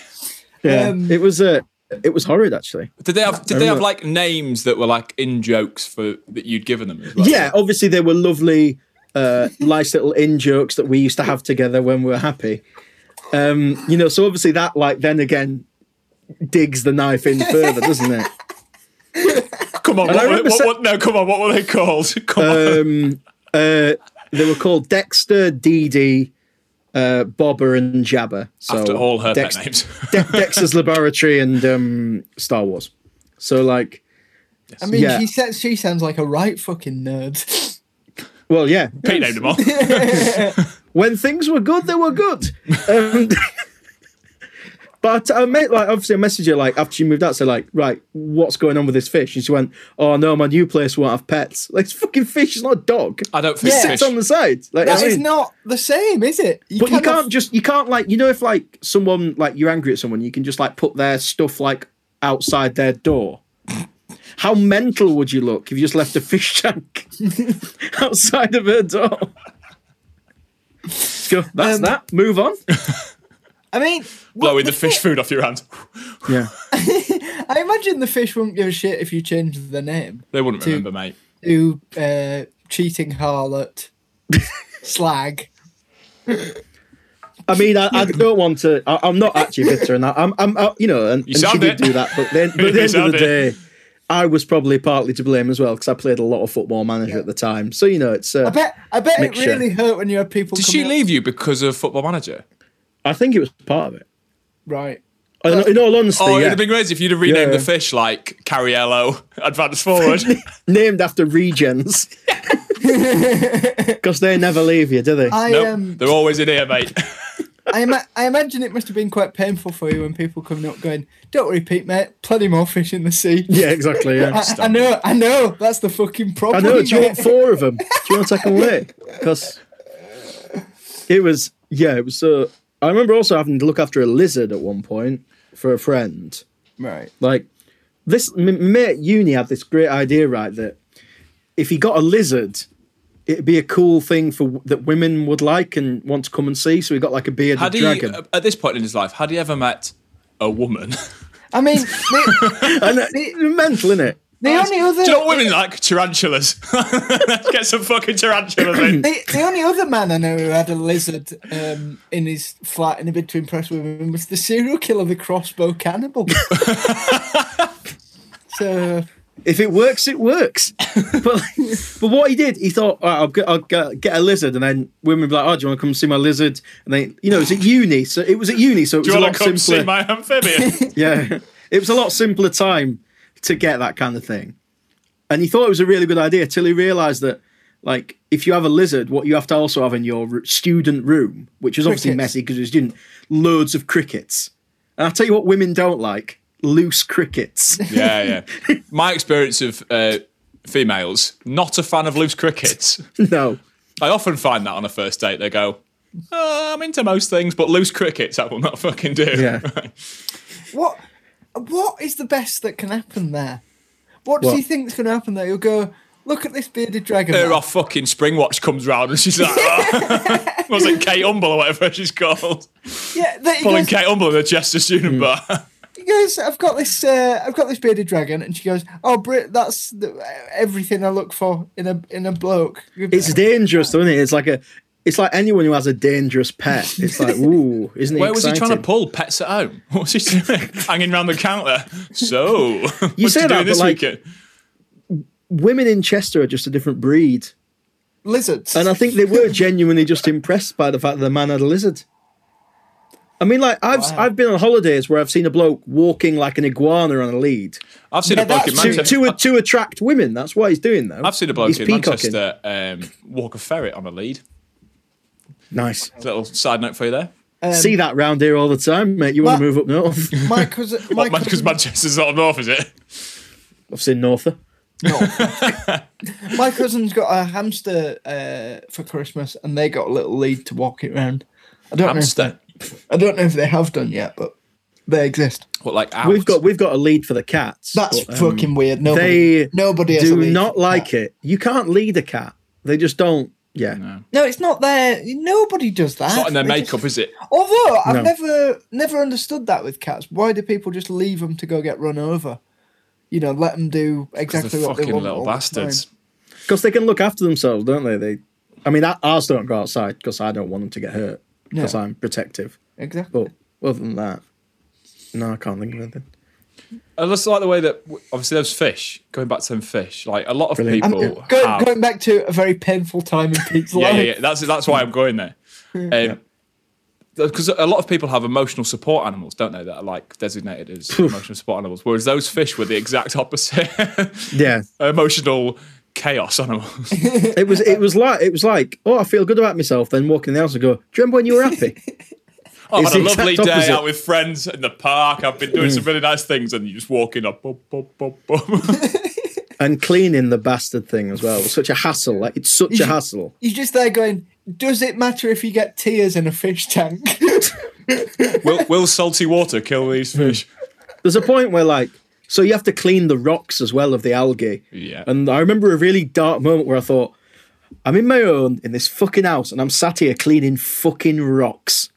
Yeah, Um, it was uh, it was horrid actually. Did they have did I they have remember- like names that were like in jokes for that you'd given them as well? Yeah, obviously they were lovely, uh, nice little in jokes that we used to have together when we were happy. Um, you know, so obviously that like then again digs the knife in further, doesn't it? Come on, And I what, were- remember what, sa- what, no, come on, what were they called? Come on. um, uh, they were called Dexter, Dee Dee, uh, Bobber, and Jabber. So After all her Dex- pet names. De- Dexter's Laboratory and um, Star Wars. So like, I mean, Yeah. she says she sounds like a right fucking nerd. well, yeah. Pete named them all. When things were good, they were good. Um, but I met like obviously I messaged her like after she moved out, so like, right, what's going on with this fish? And she went, Oh no, my new place won't have pets. Like it's a fucking fish, it's not a dog. I don't think Yeah. fish. It's on the side. Like That I is mean- not the same, is it? But you cannot- can't just you can't like you know if like someone like you're angry at someone you can just like put their stuff like outside their door. How mental would you look if you just left a fish tank outside of her door? Let's go. That's Um, that. Move on. I mean, what blowing the fish food off your hand. Yeah. fi- I imagine the fish wouldn't give a shit if you changed the name They wouldn't Two. remember, mate. to uh, cheating harlot, slag. I mean, I, I don't want to. I, I'm not actually bitter, and I, I'm, I'm, I, you know, and, You and she sound did it. do that. But then, but at You the end of sound the it. day, I was probably partly to blame as well because I played a lot of football manager Yeah. at the time. So you know, it's. Uh, I bet. I bet Mixture. it really hurt when you had people. Did coming she up- leave you because of Football Manager? I think it was part of it. Right. In, in all honesty, Oh, it'd yeah. have been great if you'd have renamed Yeah. the fish like Carriello, Advance Forward. named after regens because they never leave you do they I nope, um. they're always in here, mate. I, ima- I imagine it must have been quite painful for you when people coming up going, "Don't worry, Pete, mate. Plenty more fish in the sea." yeah exactly yeah I, I know. I know. That's the fucking i problem. know do you want mate. four of them do you want to take them away because it was yeah it was so i remember also having to look after a lizard at one point for a friend Right. like this m- mate at uni had this great idea right that if he got a lizard it'd be a cool thing for that women would like and want to come and see so he got like a bearded Had he, uh, dragon at this point in his life, had he ever met a woman? Do I mean, the, and uh, mental in it the only other you know what women like? Tarantulas. Let's get some fucking tarantulas in. the, the only other man I know who had a lizard um, in his flat in a bid to impress women was the serial killer, the crossbow cannibal. so if it works, it works. but, but what he did, he thought, "All right, I'll, get, I'll get get a lizard, and then women would be like, oh, do you want to come see my lizard? And then, you know, it's at uni, so it was at uni, so it Do was a you want lot to come simpler. see my amphibian? yeah, it was a lot simpler time to get that kind of thing. And he thought it was a really good idea till he realised that, like, if you have a lizard, what you have to also have in your r- student room, which is obviously Crickets. messy because you're a student, loads of crickets. And I'll tell you what women don't like, loose crickets. yeah, yeah. My experience of uh, females, not a fan of loose crickets. no. I often find that on a first date. They go, oh, I'm into most things, but loose crickets, I will not fucking do. Yeah. what what is the best that can happen there? What does What? he think's going to happen there? He'll go, look at this bearded dragon. Her man." off fucking Springwatch comes round and she's like, "Oh." was it Kate Humble or whatever she's called? Yeah, there he Pulling goes, Kate Humble in the Chester Student Bar. he goes, I've got this, uh, I've got this bearded dragon, and she goes, "Oh, Brit, that's the, everything I look for in a in a bloke." It's dangerous, though, isn't it? It's like a, it's like anyone who has a dangerous pet. It's like, ooh, isn't it? Where was he trying to exciting? pull pets at home? What's he doing? Hanging round the counter. So, you say you that, doing but this like- weekend? Women in Chester are just a different breed, lizards. and I think they were genuinely just impressed by the fact that the man had a lizard. I mean, like I've Wow. I've been on holidays where I've seen a bloke walking like an iguana on a lead I've seen Yeah, a bloke in that's true. to, Manchester. to to attract women. That's why he's doing though. I've seen a bloke He's in peacocking. Manchester um, walk a ferret on a lead. Nice. Little side note for you there. See that round here all the time, mate. You want to Ma- move up north? My cousin, my Because Manchester's not north, is it? I've seen Norther. My cousin's got a hamster uh, for Christmas, and they got a little lead to walk it round. I don't know. Hamster. If they, I don't know if they have done yet, but they exist. What, like out? We've got we've got a lead for the cats. That's but, um, fucking weird. Nobody, they nobody has a Do lead not for like that. it. You can't lead a cat. They just don't. Yeah. No, it's not their. Nobody does that. It's not in their They just- makeup, is it? Although I've No. never, never understood that with cats. Why do people just leave them to go get run over? You know, let them do Because exactly they're what they fucking want. little all the time. bastards. Because they can look after themselves, don't they? They, I mean, I- ours don't go outside because I don't want them to get hurt because No. I'm protective. Exactly. But other than that, no, I can't think of anything. I just like the way that obviously those fish going back to them fish. Like a lot of Brilliant. And uh, people go- have. going back to a very painful time in Pete's yeah, life. yeah, yeah. That's that's why I'm going there. Because a lot of people have emotional support animals, don't they? That are like designated as emotional support animals, whereas those fish were the exact opposite. Yeah, emotional chaos animals. it was. It was like it was like. Oh, I feel good about myself. Then walk in the house and go. Do you remember when you were happy? Oh, I It's the had a exact lovely day opposite. out with friends in the park. I've been doing some really nice things, and you just walk in up, up, up, up, up. and cleaning the bastard thing as well was such a hassle. Like it's such a hassle. He's just there going, does it matter if you get tears in a fish tank? will, will salty water kill these fish? There's a point where like. So you have to clean the rocks as well of the algae. Yeah. And I remember a really dark moment where I thought, I'm in my own in this fucking house and I'm sat here cleaning fucking rocks.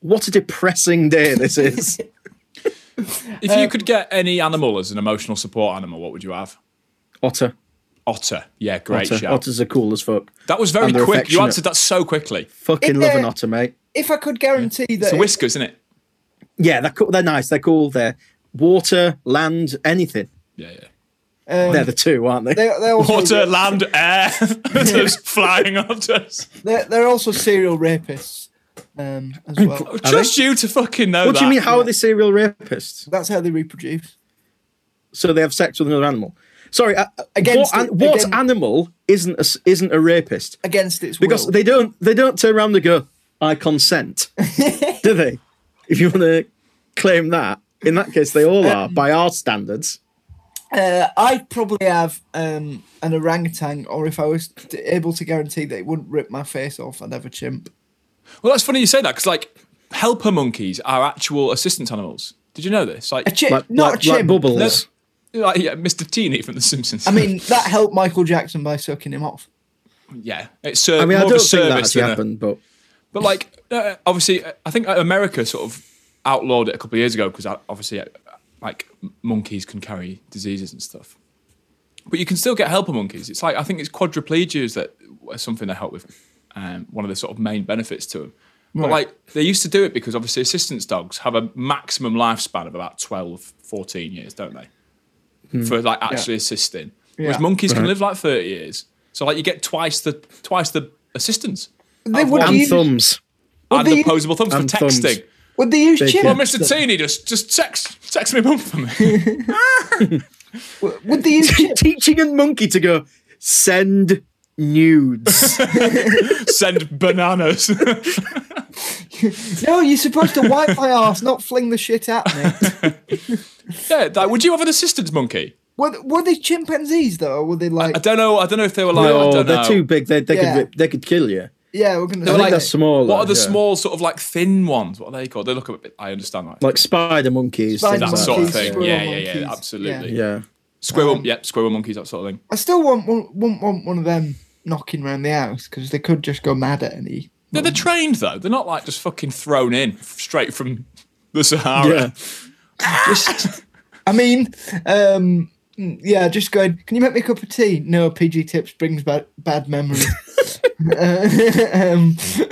What a depressing day this is. If you could get any animal as an emotional support animal, what would you have? Otter. Otter. Yeah, great Otter. shout. Otters are cool as fuck. That was very And they're quick. You affectionate. answered that so quickly. Fucking Isn't love an it- otter, mate. if I could guarantee that It's a it- whisker, isn't it? Yeah, they're cool. They're nice. They're cool. They're water, land, anything. Yeah, yeah. um, They're the two, aren't they? they, they're, also, Water, land, air. Just flying otters. They're, they're also serial rapists um, as well. Trust you to fucking know what that. do you mean? How are they serial rapists? That's how they reproduce. So they have sex with another animal. Sorry, uh, Against what, it- an- what again- animal isn't a, s- isn't a rapist? Against its because will. they don't they don't turn around and go i consent do they if you want to claim that in that case they all are by our standards Uh, I'd probably have um, an orangutan, or if I was t- able to guarantee that it wouldn't rip my face off, I'd have a chimp. Well, that's funny you say that because, like, helper monkeys are actual assistance animals. Did you know this? Like, A chimp, like, not like, a chimp. like bubbles like yeah, Mr. Teeny from The Simpsons. I mean, that helped Michael Jackson by sucking him off. yeah, it's ser- i mean more i of a don't think that service actually than a- happened but But like, uh, obviously, uh, I think America sort of outlawed it a couple of years ago because obviously, uh, like m- monkeys can carry diseases and stuff. But you can still get helper monkeys. It's like I think it's quadriplegias that are something they help with. Um, one of the sort of main benefits to them. But like they used to do it because obviously assistance dogs have a maximum lifespan of about 12, 14 years, don't they? For like actually assisting. Whereas Yeah. monkeys can live like 30 years. So like you get twice the twice the assistance. They Of would one and use, thumbs and they- opposable thumbs for And thumbs. texting. would they use They chimps? can- Well, Mr. Teeny, just just text text me mum for me. Would- Would they use chimps? teaching a monkey to go send nudes Send bananas. No, you're supposed to wipe my ass, not fling the shit at me. yeah, like, would you have an assistance monkey? Were, were they chimpanzees though, or were they like? I don't know. I don't know if they were like. I no don't Oh, they're know. too big they, they Yeah. could rip, they could kill you yeah, we're gonna. i say think like- they're smaller What are the yeah. small sort of like thin ones? What are they called? They look a bit. I understand that. like spider monkeys Spider that things like sort of monkeys, thing. squirrel Yeah, yeah, yeah. monkeys. Absolutely. yeah Squirrel. yep. Squirrel monkeys. That sort of thing. I still want want, want, want one of them knocking around the house because they could just go mad at any. No, they're trained though. They're not like just fucking thrown in straight from the Sahara. yeah Just- I mean, um, mm, yeah, just going. Can you make me a cup of tea? No, PG tips brings bad bad memories. Uh, um,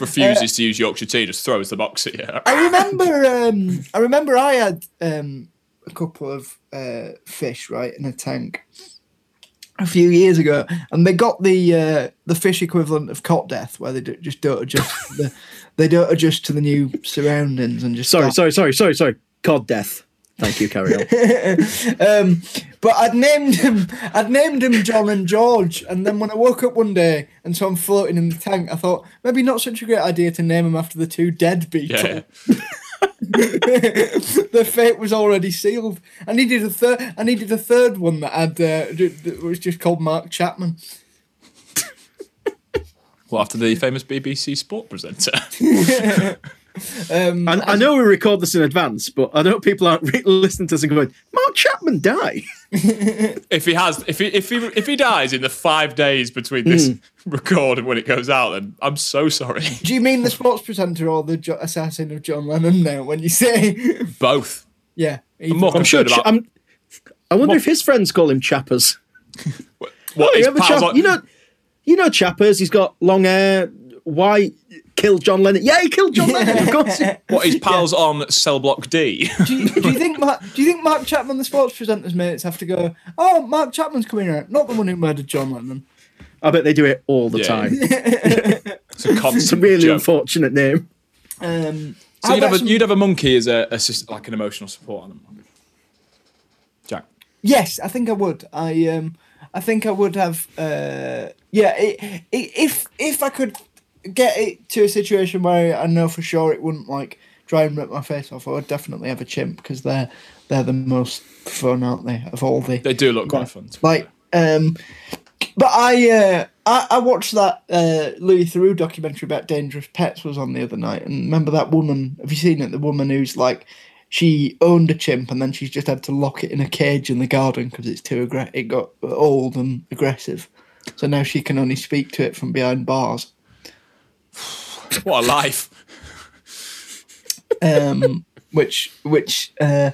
refuses to use Yorkshire tea. Just throws the box at you. I remember. Um, I remember. I had um, a couple of uh, fish right in a tank, a few years ago, and they got the uh, the fish equivalent of cop death, where they do, just don't adjust. the, they don't adjust to the new surroundings and just Sorry, sorry, sorry, sorry, sorry. Cod death. Thank you, carry on. Um, but I'd named him, I'd named him John and George, and then when I woke up one day and saw him floating in the tank, I thought maybe not such a great idea to name him after the two dead beetles. Yeah. the fate was already sealed. I needed a third. I needed a third one that had uh, d- that was just called Mark Chapman. Well, after the famous BBC sport presenter. Um, And I know we record this in advance, but I know people aren't re- listening to us and going, Mark Chapman die. if he has, if he if he if he dies in the five days between this Hmm. record and when it goes out, then I'm so sorry. do you mean the sports presenter or the jo- assassin of John Lennon? Now, when you say, Both. yeah, either. more I'm sure. concerned about- I'm, I wonder if his friends call him Chappers. What You, his ever pals Chap- like- you know, you know Chappers. He's got long hair. Why kill John Lennon? Yeah, he killed John Lennon. Of course. what his pals on cell block D. do, you, do you think Mark, do you think Mark Chapman, the sports presenter's mates, have to go? Oh, Mark Chapman's coming out, not the one who murdered John Lennon. I bet they do it all the Yeah. time. It's a constant It's a really joke. unfortunate name. Um, So you'd I bet have, a, some- you'd have a monkey as a, a sis- like an emotional support animal. Jack. yes, I think I would. I um, I think I would have. Uh, yeah, i i if if I could get it to a situation where I know for sure it wouldn't like try and rip my face off, I would definitely have a chimp because they're they're the most fun, aren't they? Of all the They do look quite fun. to be Like, fair. um, but I, uh, I I watched that uh, Louis Theroux documentary about dangerous pets was on the other night, and remember that woman? Have you seen it? The woman who's like, she owned a chimp and then she's just had to lock it in a cage in the garden because it's too aggra- it got old and aggressive. So now she can only speak to it from behind bars. what a life. Um, which which uh,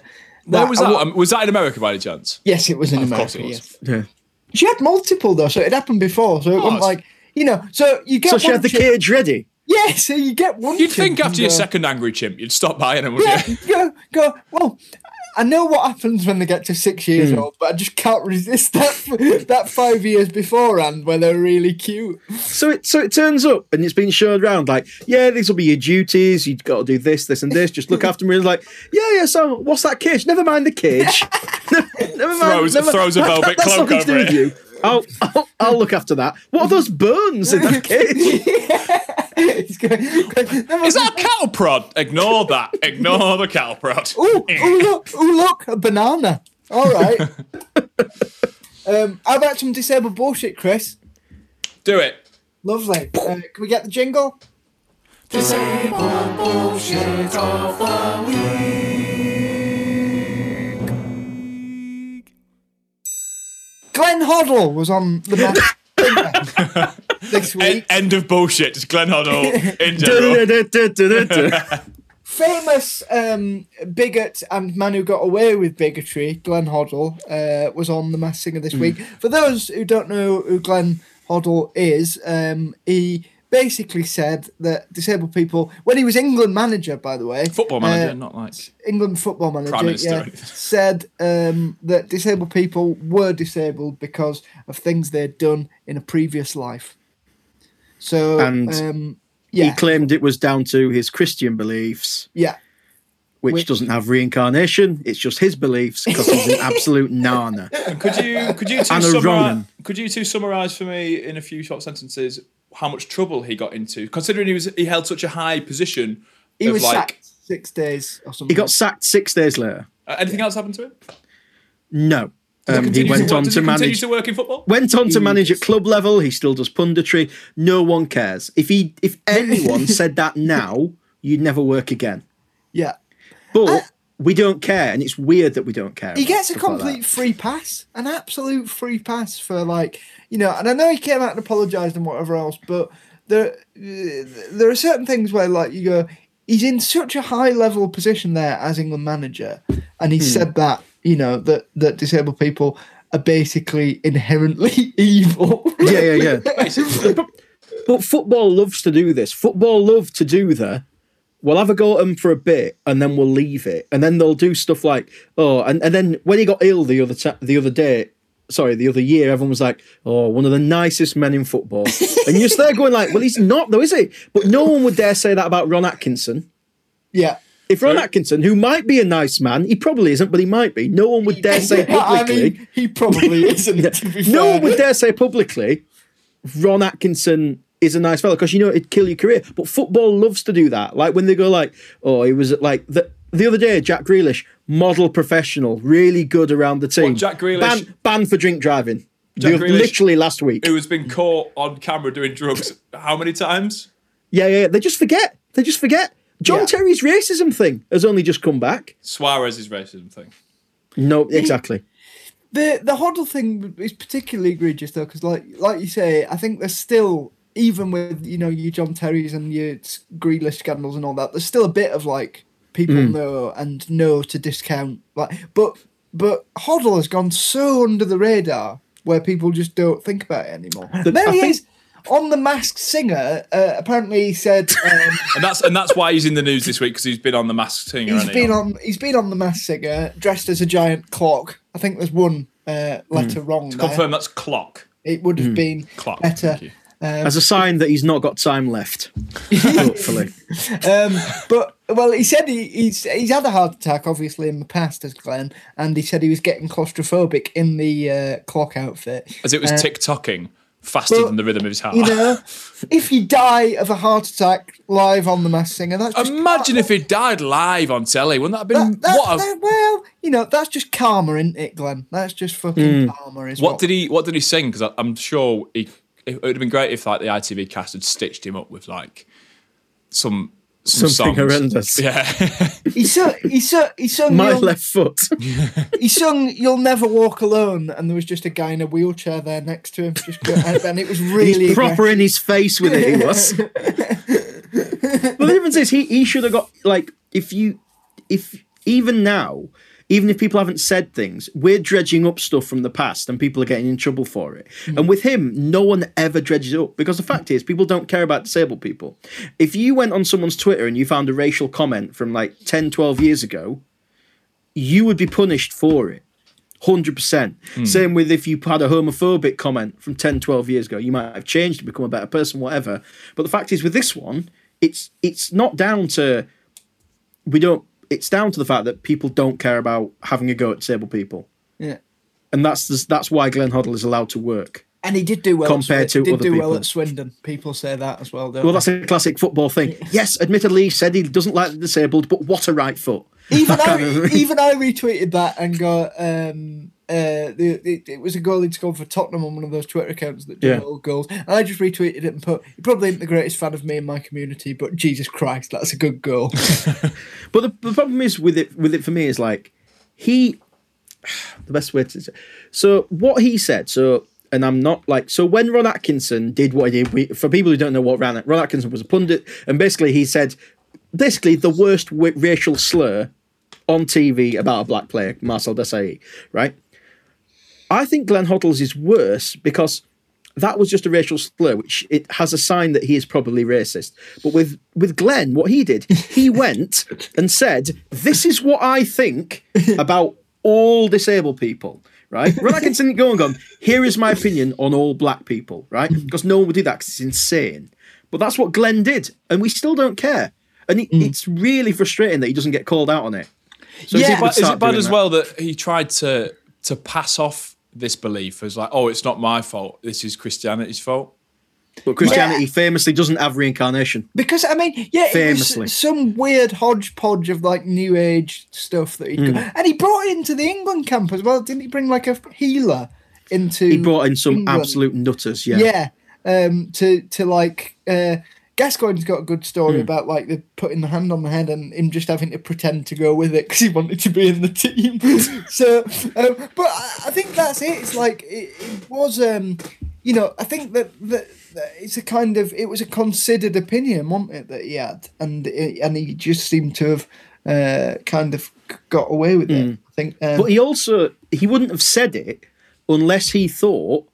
Where was I that? wa- Um, was that in America by any chance? yes, it was in America. course it was. yes. Yeah. She had multiple though, so it happened before. So it wasn't it's- like you know. So you get So she one had the chimp- cage ready. Yeah, so you get one. You'd chimp think after and your go, second angry chimp, you'd stop buying them, wouldn't Yeah, you? go, go. Well, I know what happens when they get to six years old, but I just can't resist that that five years beforehand where they're really cute. So it so it turns up and it's been showed around like, yeah, these will be your duties. You've got to do this, this, and this. Just look after me. And like, yeah, yeah. So what's that cage? Never mind the cage. never mind. Throws- never, throws a that- velvet that's cloak nothing to over do with it. you. I'll, I'll I'll look after that. What are those burns in that cage? It's going, going, never Is that a cattle prod? Ignore that. Ignore the cattle prod. Ooh, ooh, look, ooh, look, a banana. All right. um, how about some disabled bullshit, Chris? Do it. Lovely. Uh, can we get the jingle? Disabled bullshit of the week. Glenn Hoddle was on the Masked Singer this E- week. end of bullshit. Just Glenn Hoddle in general. Du-du-du-du-du-du-du. Famous um, bigot and man who got away with bigotry, Glenn Hoddle, uh, was on the Masked Singer Hmm. this week. For those who don't know who Glenn Hoddle is, um, he basically said that disabled people, when he was England manager, by the way, Football uh, manager, not like. England football Prime manager Minister or yeah, anything. said um, that disabled people were disabled because of things they'd done in a previous life. So And um, He yeah, claimed it was down to his Christian beliefs, yeah, which, Which- doesn't have reincarnation. It's just his beliefs because he's an absolute nana. Could you could you two Anna summarize, Ronan. could you two summarize for me in a few short sentences how much trouble he got into considering he was he held such a high position he of was like sacked six days or He something. got sacked six days later. Uh, anything else happened to him? No, Does um, he continue went work- on does to he continue manage. to work in football. Went on to manage at club level. He still does punditry. No one cares. If he, if anyone said that now, you'd never work again. yeah. But we don't care, and it's weird that we don't care. He gets a Stuff like that. complete free pass, an absolute free pass for like you know. And I know he came out and apologised and whatever else, but there uh, there are certain things where like you go, he's in such a high level position there as England manager, and Hmm. he said that you know that that disabled people are basically inherently evil. Yeah, yeah, yeah. but, but football loves to do this. Football love to do the. We'll have a go at them for a bit, and then we'll leave it, and then they'll do stuff like oh, and, and then when he got ill the other ta- the other day, sorry, the other year, everyone was like, "Oh, one of the nicest men in football," and you're just there going like, "Well, he's not though, is he?" But no one would dare say that about Ron Atkinson. Yeah. If Ron Right. Atkinson, who might be a nice man, he probably isn't, but he might be. No one would dare say But I publicly. mean, he probably isn't. To be no fair. one would dare say publicly Ron Atkinson is a nice fella because you know it'd kill your career. But football loves to do that. Like when they go like, oh, he was at like the the other day, Jack Grealish, model professional, really good around the team. What, Jack Grealish- ban, banned for drink driving. Jack The- Grealish- literally last week. Who has been caught on camera doing drugs how many times? yeah, yeah, yeah. They just forget. They just forget. John Yeah. Terry's racism thing has only just come back. Suarez's racism thing. No, exactly. The the Hoddle thing is particularly egregious though, because like like you say, I think there's still even with you know your John Terry's and your s- Grealish scandals and all that, there's still a bit of like people Mm. know and know to discount like, but but Hoddle has gone so under the radar where people just don't think about it anymore. there I he think- is on the Masked Singer. Uh, apparently, he said. Um, And that's and that's why he's in the news this week because he's been on the masked singer. He's hasn't been on. He's been on the Masked Singer, dressed as a giant clock. I think there's one uh, letter Mm. wrong. there. Confirm that's clock. It would have been Hmm. Clock. better. Thank you. As a sign that he's not got time left. Hopefully. Um, but well, he said he, he's he's had a heart attack, obviously in the past, as Glenn, and he said he was getting claustrophobic in the uh, clock outfit. As it was Uh, tick tocking faster well, than the rhythm of his heart. You know, if you die of a heart attack live on the Masked Singer, that's just Imagine if he died live on telly. Wouldn't that have been That, that- what? A, that- well, you know, that's just karma, isn't it, Glenn? That's just fucking karma. Is Hmm. what did he? What did he sing? Because I'm sure he. It would have been great if like the ITV cast had stitched him up with like some, some Something songs. horrendous. Yeah. he sung? He sung. He sung. My You'll- left foot. he sung "You'll Never Walk Alone," and there was just a guy in a wheelchair there next to him. Just go, and, and it was really He's proper aggressive. in his face with it. He was. but the difference is, he he should have got like if you if even now, even if people haven't said things, we're dredging up stuff from the past, and people are getting in trouble for it. And with him, no one ever dredges it up because the fact is, people don't care about disabled people. If you went on someone's Twitter and you found a racial comment from like 10, 12 years ago, you would be punished for it. 100%. Same with if you had a homophobic comment from 10, 12 years ago, you might have changed to become a better person, whatever. But the fact is, with this one, it's it's not down to we don't. It's down to the fact that people don't care about having a go at disabled people, Yeah. and that's that's why Glenn Hoddle is allowed to work. And he did do well. Compared at Swi- to did other do well people. at Swindon. People say that as well. Don't Well, they? that's a classic football thing. Yes, admittedly, he said he doesn't like the disabled, but what a right foot! even I, kind of- even I retweeted that and got um uh the, it, it was a goal he'd scored for Tottenham on one of those Twitter accounts that do Yeah. little goals. And I just retweeted it and put he probably isn't the greatest fan of me and my community, but Jesus Christ, that's a good goal. But the, the problem is with it with it for me is like he the best way to say so what he said so and I'm not like so when Ron Atkinson did what he did we, for people who don't know what Ron, Ron Atkinson was a pundit and basically he said basically the worst w- racial slur on TV about a black player Marcel Desailly right I think Glenn Hoddle's is worse because that was just a racial slur, which it has a sign that he is probably racist. But with with Glenn, what he did, he went and said, "This is what I think about all disabled people." Right? Ron Atkinson didn't go and gone. Here is my opinion on all black people. Right? Mm. Because no one would do that because it's insane. But that's what Glenn did, and we still don't care. And it, Mm. it's really frustrating that he doesn't get called out on it. So Yeah. if he would But is start it bad doing as that- well that he tried to to pass off this belief as like, oh, it's not my fault. This is Christianity's fault. But Christianity famously doesn't have reincarnation. Because I mean, yeah, it Famously. was some weird hodgepodge of like new age stuff that he would Hmm. and he brought it into the England camp as well. Didn't he bring like a healer into? He brought in some England? absolute nutters, yeah. yeah, um, to to like uh, Gascoigne's got a good story Hmm. about like the putting the hand on the head and him just having to pretend to go with it because he wanted to be in the team. so, um, but I, I think that's it. It's like it, it was, um, you know, I think that, that that it's a kind of it was a considered opinion, wasn't it, that he had, and it, and he just seemed to have uh, kind of got away with Hmm. it. I think, um, But he also he wouldn't have said it unless he thought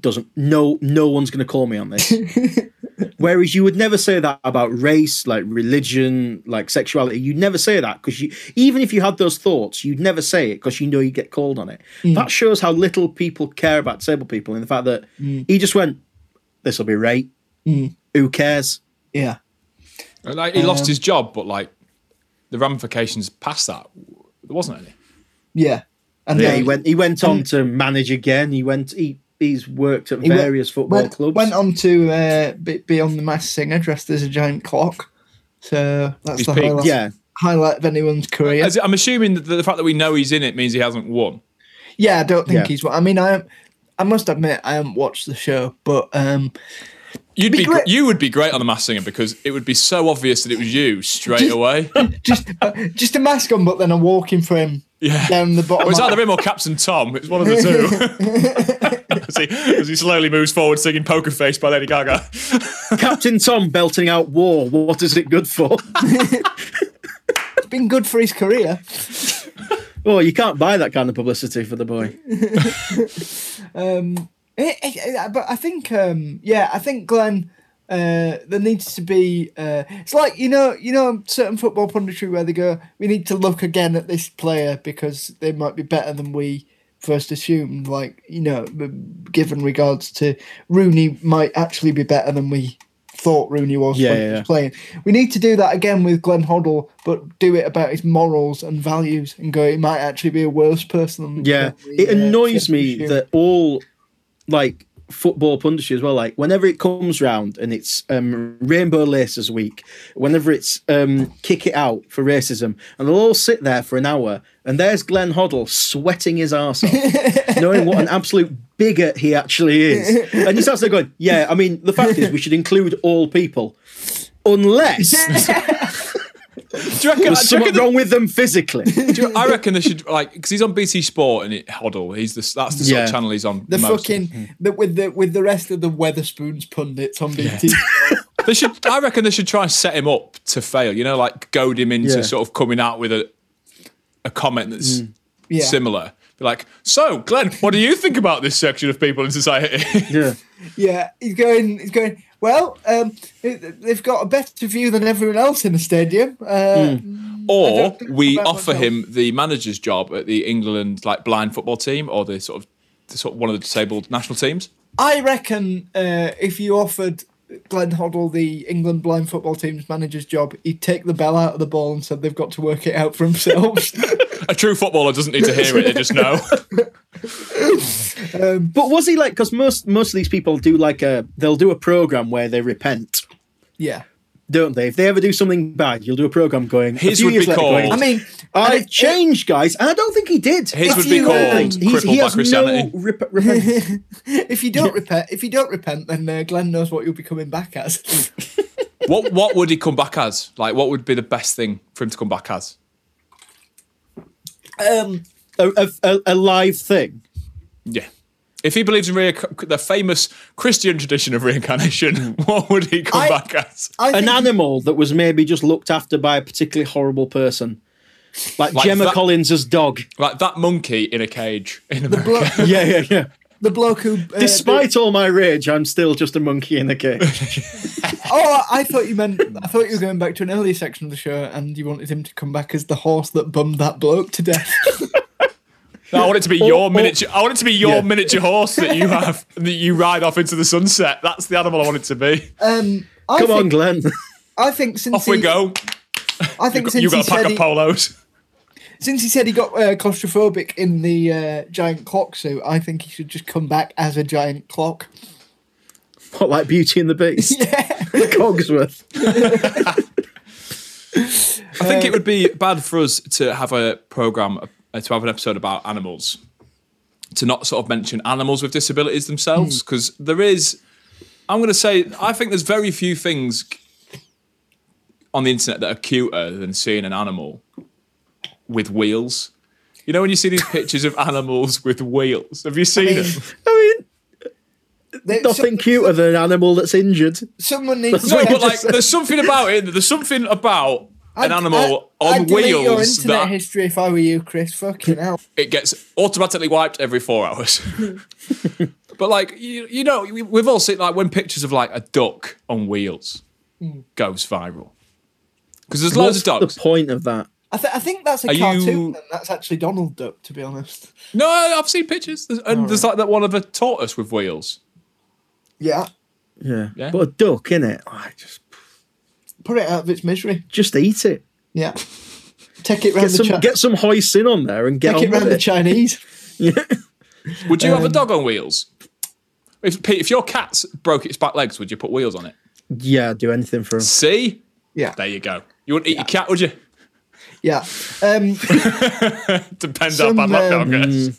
doesn't no no one's going to call me on this whereas you would never say that about race like religion like sexuality you'd never say that because you even if you had those thoughts you'd never say it because you know you get called on it that shows how little people care about disabled people and the fact that he just went this will be right who cares yeah. Like he Um, lost his job, but like the ramifications past that, there wasn't any. Yeah. And yeah then- he went he went on to manage again he went he he's worked at he went- various football went, clubs Went on to uh, be, be on the mass singer dressed as a giant clock. So that's He's the peaked. highlight, yeah highlight of anyone's career. As- I'm assuming that the fact that we know he's in it means he hasn't won. yeah, I don't think Yeah. he's. I mean, I I must admit I haven't watched the show, but um, You'd be, Be great- you would be great on the mass singer because it would be so obvious that it was you straight away. just uh, just a mask on, but then a walking frame Yeah. down the bottom. Well, it's of- either him or Captain Tom. It's one of the two. as, he, as he slowly moves forward, singing "Poker Face" by Lady Gaga. Captain Tom belting out war what is it good for it's been good for his career. oh you can't buy that kind of publicity for the boy Um, eh, eh, eh, but I think, um, yeah, I think Glenn, uh, there needs to be. Uh, it's like you know, you know, certain football punditry where they go, we need to look again at this player because they might be better than we first assumed. Like you know, b- given regards to Rooney, might actually be better than we thought Rooney was Yeah, when yeah, he yeah. was playing. We need to do that again with Glenn Hoddle, but do it about his morals and values, and go, he might actually be a worse person. Than Yeah, than we, it uh, annoys first me assumed. that all like football punditry as well. Like whenever it comes round and it's um, Rainbow Laces Week, whenever it's um, kick it out for racism, and they'll all sit there for an hour, and there's Glenn Hoddle sweating his arse off, knowing what an absolute bigot he actually is, and he starts there going, "Yeah, I mean, the fact is, we should include all people." Unless Do you reckon? there's do you something reckon the- wrong with them physically. do you- I reckon they should like because he's on BT Sport and it Hoddle. He's the that's the sort Yeah. of channel he's on. The most. Hmm. fucking the, with the with the rest of the Weatherspoons pundits on BT. They should. I reckon they should try and set him up to fail. You know, like goad him into Yeah. sort of coming out with a a comment that's Yeah. similar. Be like, so Glenn, what do you think about this section of people in society? yeah. yeah, he's going. He's going. Well, um, it- they've got a better view than everyone else in the stadium. Uh, Hmm. or don't think we about offer myself. him the manager's job at the England like blind football team or the sort of the sort of one of the disabled national teams. I reckon uh, if you offered Glenn Hoddle the England blind football team's manager's job, he'd take the bell out of the ball and said they've got to work it out for themselves. A true footballer doesn't need to hear it; they just know. But was he like? Because most most of these people do like a they'll do a program where they repent, yeah. don't they? If they ever do something bad, you'll do a program going. a His few would years be later called- going, I mean, and I've it- changed, guys, and I don't think he did. His If would be you, called he's- Crippled he by has Christianity. no rep- repentance. if you don't repent, if you don't repent, then uh, Glenn knows what you'll be coming back as. what What would he come back as? Like, what would be the best thing for him to come back as? um, a, a, a, a live thing. Yeah. If he believes in reinc- the famous Christian tradition of reincarnation, what would he come I- back as? I An think- animal that was maybe just looked after by a particularly horrible person. Like, Like Gemma that- Collins' dog. Like that monkey in a cage in America. Blo- Yeah, yeah, yeah. the bloke who. Uh, Despite all my rage, I'm still just a monkey in a cage. oh, I thought you meant. I thought you were going back to an earlier section of the show, and you wanted him to come back as the horse that bummed that bloke to death. No, I want it to be your or- miniature. I want it to be your Yeah. miniature horse that you have that you ride off into the sunset. That's the animal I want it to be. Um, I Come think, on, Glenn. I think since off we he, go. I think since You've he got a pack said of he, polos. since he said he got uh, claustrophobic in the uh, giant clock suit, I think he should just come back as a giant clock. what, like Beauty and the Beast? Yeah. Cogsworth. I think Uh, it would be bad for us to have a program uh, to have an episode about animals, to not sort of mention animals with disabilities Hmm. themselves, because there is. I'm going to say I think there's very few things on the internet that are cuter than seeing an animal with wheels. You know when you see these pictures of animals with wheels. Have you seen mean, them? I mean, They- nothing cuter than an animal that's injured. Someone needs. No, No, I but just like, said- there's something about it. There's something about an animal on delete your wheels internet that history if I were you, Chris. Fucking hell. it gets automatically wiped every four hours. but like you, you know, we- we've all seen like when pictures of like a duck on wheels Hmm. goes viral because there's loads What's of dogs. the point of that? I, th- I think that's a Are cartoon. you- Then. That's actually Donald Duck, to be honest. no, I've seen pictures, There's- and there's like that one of a tortoise with wheels. Yeah. Yeah. Yeah. But a duck, in it. I just Put it out of its misery. just eat it. Yeah. Take it round Get the, some Chi- get some hoisin on there and get take it on round with the it. Chinese. Would you have Um, a dog on wheels? If Pete, if your cat broke its back legs, would you put wheels on it? yeah, do anything for him. See, Yeah. there you go. You wouldn't eat your cat, would you? Yeah. Um, Depends Some, how bad luck um, I guess.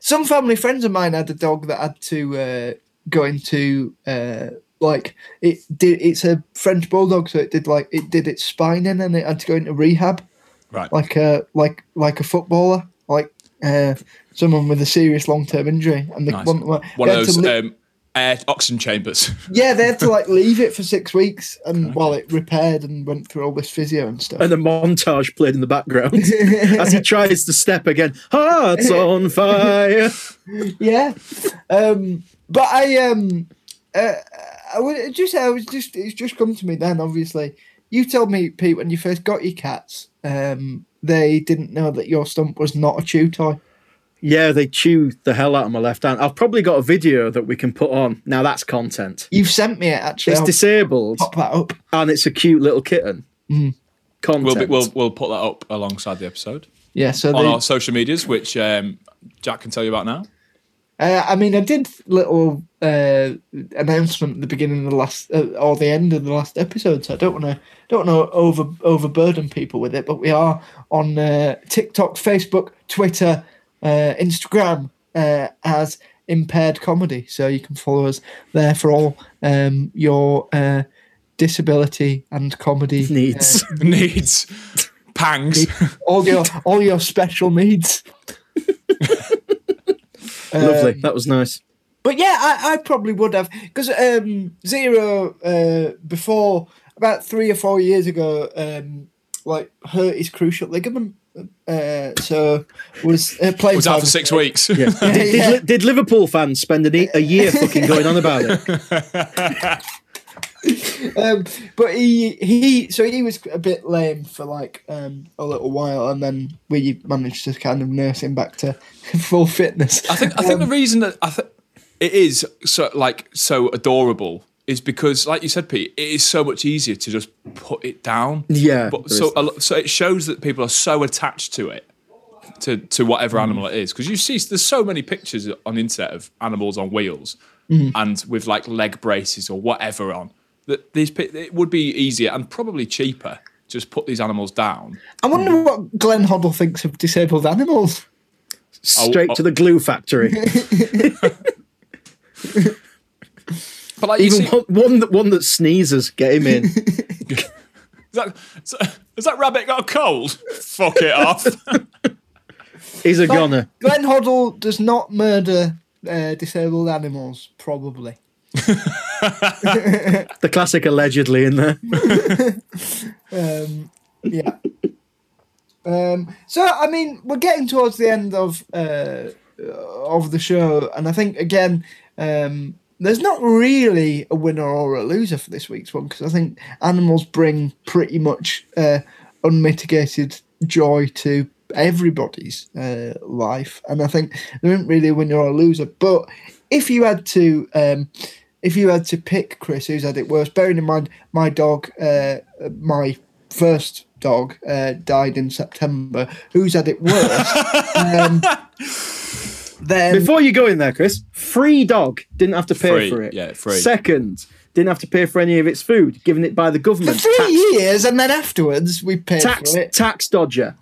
some family friends of mine had a dog that had to uh, go into uh, like it did. It's a French bulldog, so it did like it did its spine in, and it had to go into rehab, Right. like a like like a footballer, like uh, someone with a serious long term injury, and the Nice. one, one, One they of had to those li- um, air oxygen chambers. yeah, they had to like leave it for six weeks, and while it repaired and went through all this physio and stuff. And a montage played in the background as he tries to step again. Hearts on fire. yeah. Um, but I um, uh, I would it just I was just it's just come to me then. Obviously, you told me Pete when you first got your cats, um, they didn't know that your stump was not a chew toy. Yeah, they chew the hell out of my left hand. I've probably got a video that we can put on. Now that's content. You've sent me it actually. It's I'll disabled pop that up. and it's a cute little kitten. Content. Mm. We'll, be, we'll we'll put that up alongside the episode Yeah. So on they, our social medias, which um, Jack can tell you about now. uh, I mean, I did little uh, announcement at the beginning of the last uh, or the end of the last episode. So I don't want to don't want to over overburden people with it. But we are on uh, TikTok, Facebook, Twitter, uh, Instagram uh, as Impaired Comedy. So you can follow us there for all um, your uh, disability and comedy Needs. Needs pangs. uh, all your all your special needs. Lovely. Um, that was nice. But yeah, I, I probably would have because um, zero uh, before about three or four years ago, um, like hurt his cruciate ligament. Uh, so was uh, played was out for six weeks. Yeah. Yeah. Did, did, Li- did Liverpool fans spend an e- a year fucking going on about it? Um, but he he so he was a bit lame for like um, a little while, and then we managed to kind of nurse him back to full fitness. I think I think the reason that I th- it is so like so adorable is because, like you said, Pete, it is so much easier to just put it down. Yeah. But there so is a lo- so it shows that people are so attached to it, to to Mm. whatever animal it is, because you see there's so many pictures on the internet of animals on wheels Mm-hmm. and with like leg braces or whatever on that these pi- it would be easier and probably cheaper to just put these animals down. I wonder what Glenn Hoddle thinks of disabled animals. Straight to the glue factory. But like you Even see- one, one, that, one that sneezes, get him in. Is that, is that- has that rabbit got a cold? Fuck it off. He's a But goner. Glenn Hoddle does not murder uh, disabled animals, probably. The classic allegedly in there. Um, yeah. um, so I mean, we're getting towards the end of uh, of the show, and I think again, um, there's not really a winner or a loser for this week's one because I think animals bring pretty much uh, unmitigated joy to everybody's uh, life, and I think there isn't really a winner or a loser. But if you had to, um, if you had to pick Chris, who's had it worse, bearing in mind my dog, uh, my first dog uh, died in September. Who's had it worse? um, then Before you go in there, Chris, free dog didn't have to pay Free, for it. yeah, free. Second, didn't have to pay for any of its food, given it by the for government. three Tax- years, and then afterwards we paid tax for it. tax dodger.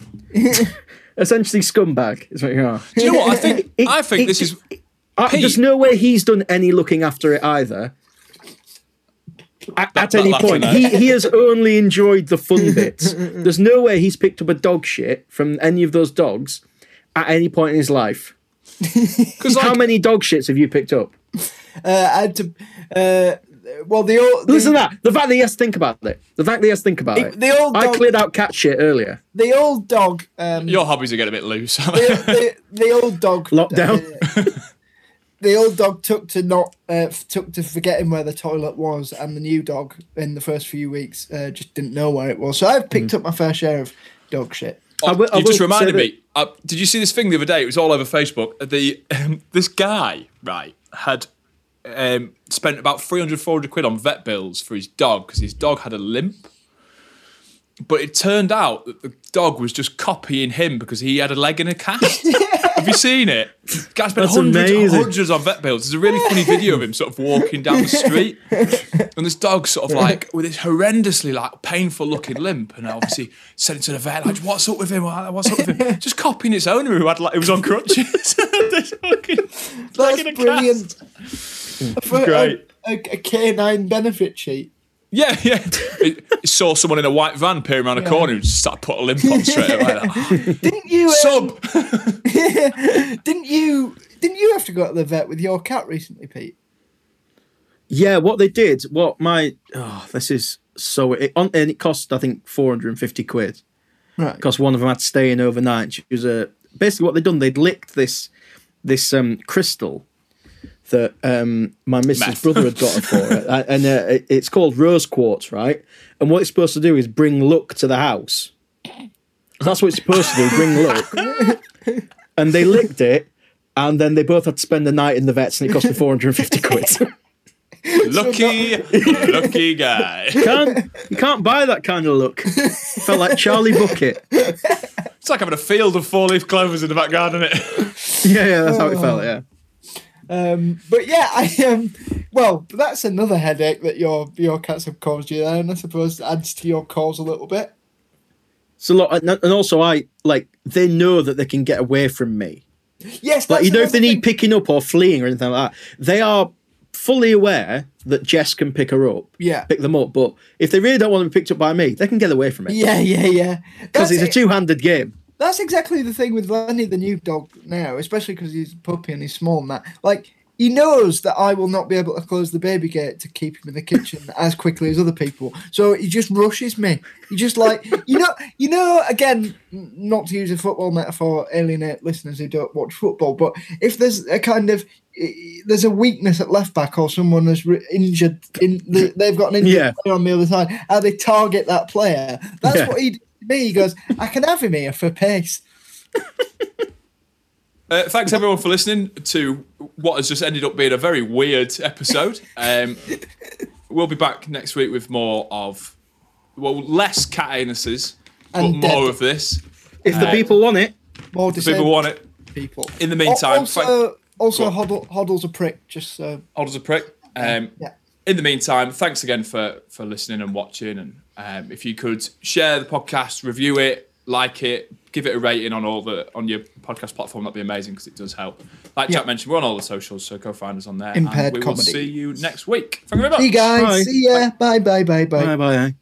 Essentially, scumbag is what you are. Do you know what? I think It- I think it- this is I, Pete. there's no way he's done any looking after it either. At, at any that point, laughing he, he has only enjoyed the fun bits. There's no way he's picked up a dog shit from any of those dogs at any point in his life. because How like many dog shits have you picked up? Uh, I had to. Uh, well, they all they, Listen to that. The fact that he has to think about it. The fact that he has to think about it. the old I dog, cleared out cat shit earlier. the old dog, um, Your hobbies are getting a bit loose. the, the, the old dog Lockdown. uh, the old dog took to not uh, f- took to forgetting where the toilet was, and the new dog in the first few weeks uh, just didn't know where it was. So I've picked up my fair share of dog shit. Mm. Oh, I will- I you just will say reminded that- me. Uh, did you see this thing the other day? It was all over Facebook. The um, this guy right had um, spent about 300, 400 quid on vet bills for his dog because his dog had a limp. But it turned out that the dog was just copying him because he had a leg in a cast. Have you seen it? This guy spent That's hundreds, amazing. hundreds on vet bills. There's a really funny video of him sort of walking down the street. And this dog sort of like with this horrendously like painful looking limp, and I obviously said it to the vet like, "What's up with him? What's up with him?" Just copying its owner who had like who was on crutches. This fucking- That's in a brilliant. For Great. A, a, a canine benefit sheet. yeah, yeah. It, it saw someone in a white van peering around a corner who just started put a limp on straight away. Like, Didn't you? um, Sub. didn't you? Didn't you have to go to the vet with your cat recently, Pete? Yeah, what they did, what my oh, this is so it on, and it cost I think four hundred and fifty quid Right. because one of them had to stay in overnight. She was a basically what they'd done. They'd licked this this um, crystal that um, my missus' Meth. brother had got her for it, Uh, and uh, it- it's called rose quartz, right? And what it's supposed to do is bring luck to the house. That's what it's supposed to do, bring luck. and they licked it, and then they both had to spend the night in the vets, and it cost me four hundred and fifty quid. Lucky, lucky guy. can't you can't buy that kind of look. Felt like Charlie Bucket. Yeah, It's like having a field of four leaf clovers in the back garden. It. yeah, that's how it felt. Yeah, Um, but yeah, I um, well, that's another headache that your your cats have caused you, there, and I suppose adds to your cause a little bit. it's a lot. And and also, I like they know that they can get away from me. Yes, Like that's you know, if they another need thing. picking up or fleeing or anything like that, they are fully aware that Jess can pick her up. Yeah. pick them up. But if they really don't want to be picked up by me, they can get away from it Yeah, yeah, yeah. because it's That's, a it. two-handed game. that's exactly the thing with Lenny, the new dog now, especially because he's a puppy and he's small and that. Like he knows that I will not be able to close the baby gate to keep him in the kitchen as quickly as other people, so he just rushes me. He just like you know, you know. Again, n- not to use a football metaphor, alienate listeners who don't watch football, but if there's a kind of there's a weakness at left back or someone has re- injured in the, they've got an injured Yeah. player on the other side how they target that player that's Yeah. what he did to me he goes i can have him here for pace Uh, thanks everyone for listening to what has just ended up being a very weird episode. Um, we'll be back next week with more of, well, less cat anuses, but And more dead. of this. If the Uh, people want it, People more disabled want it. people In the meantime, Al- also, Go also on. Hoddle, hoddle's a prick just uh, so Hold us a prick. Um, yeah in the meantime, thanks again for for listening and watching. And um, if you could share the podcast, review it, like it, give it a rating on all the on your podcast platform, that'd be amazing because it does help. Like Jack mentioned, we're on all the socials, so go find us on there. and Impaired we will comedy. see you next week. Thank you very much. see you guys Bye. see ya bye bye bye bye bye bye.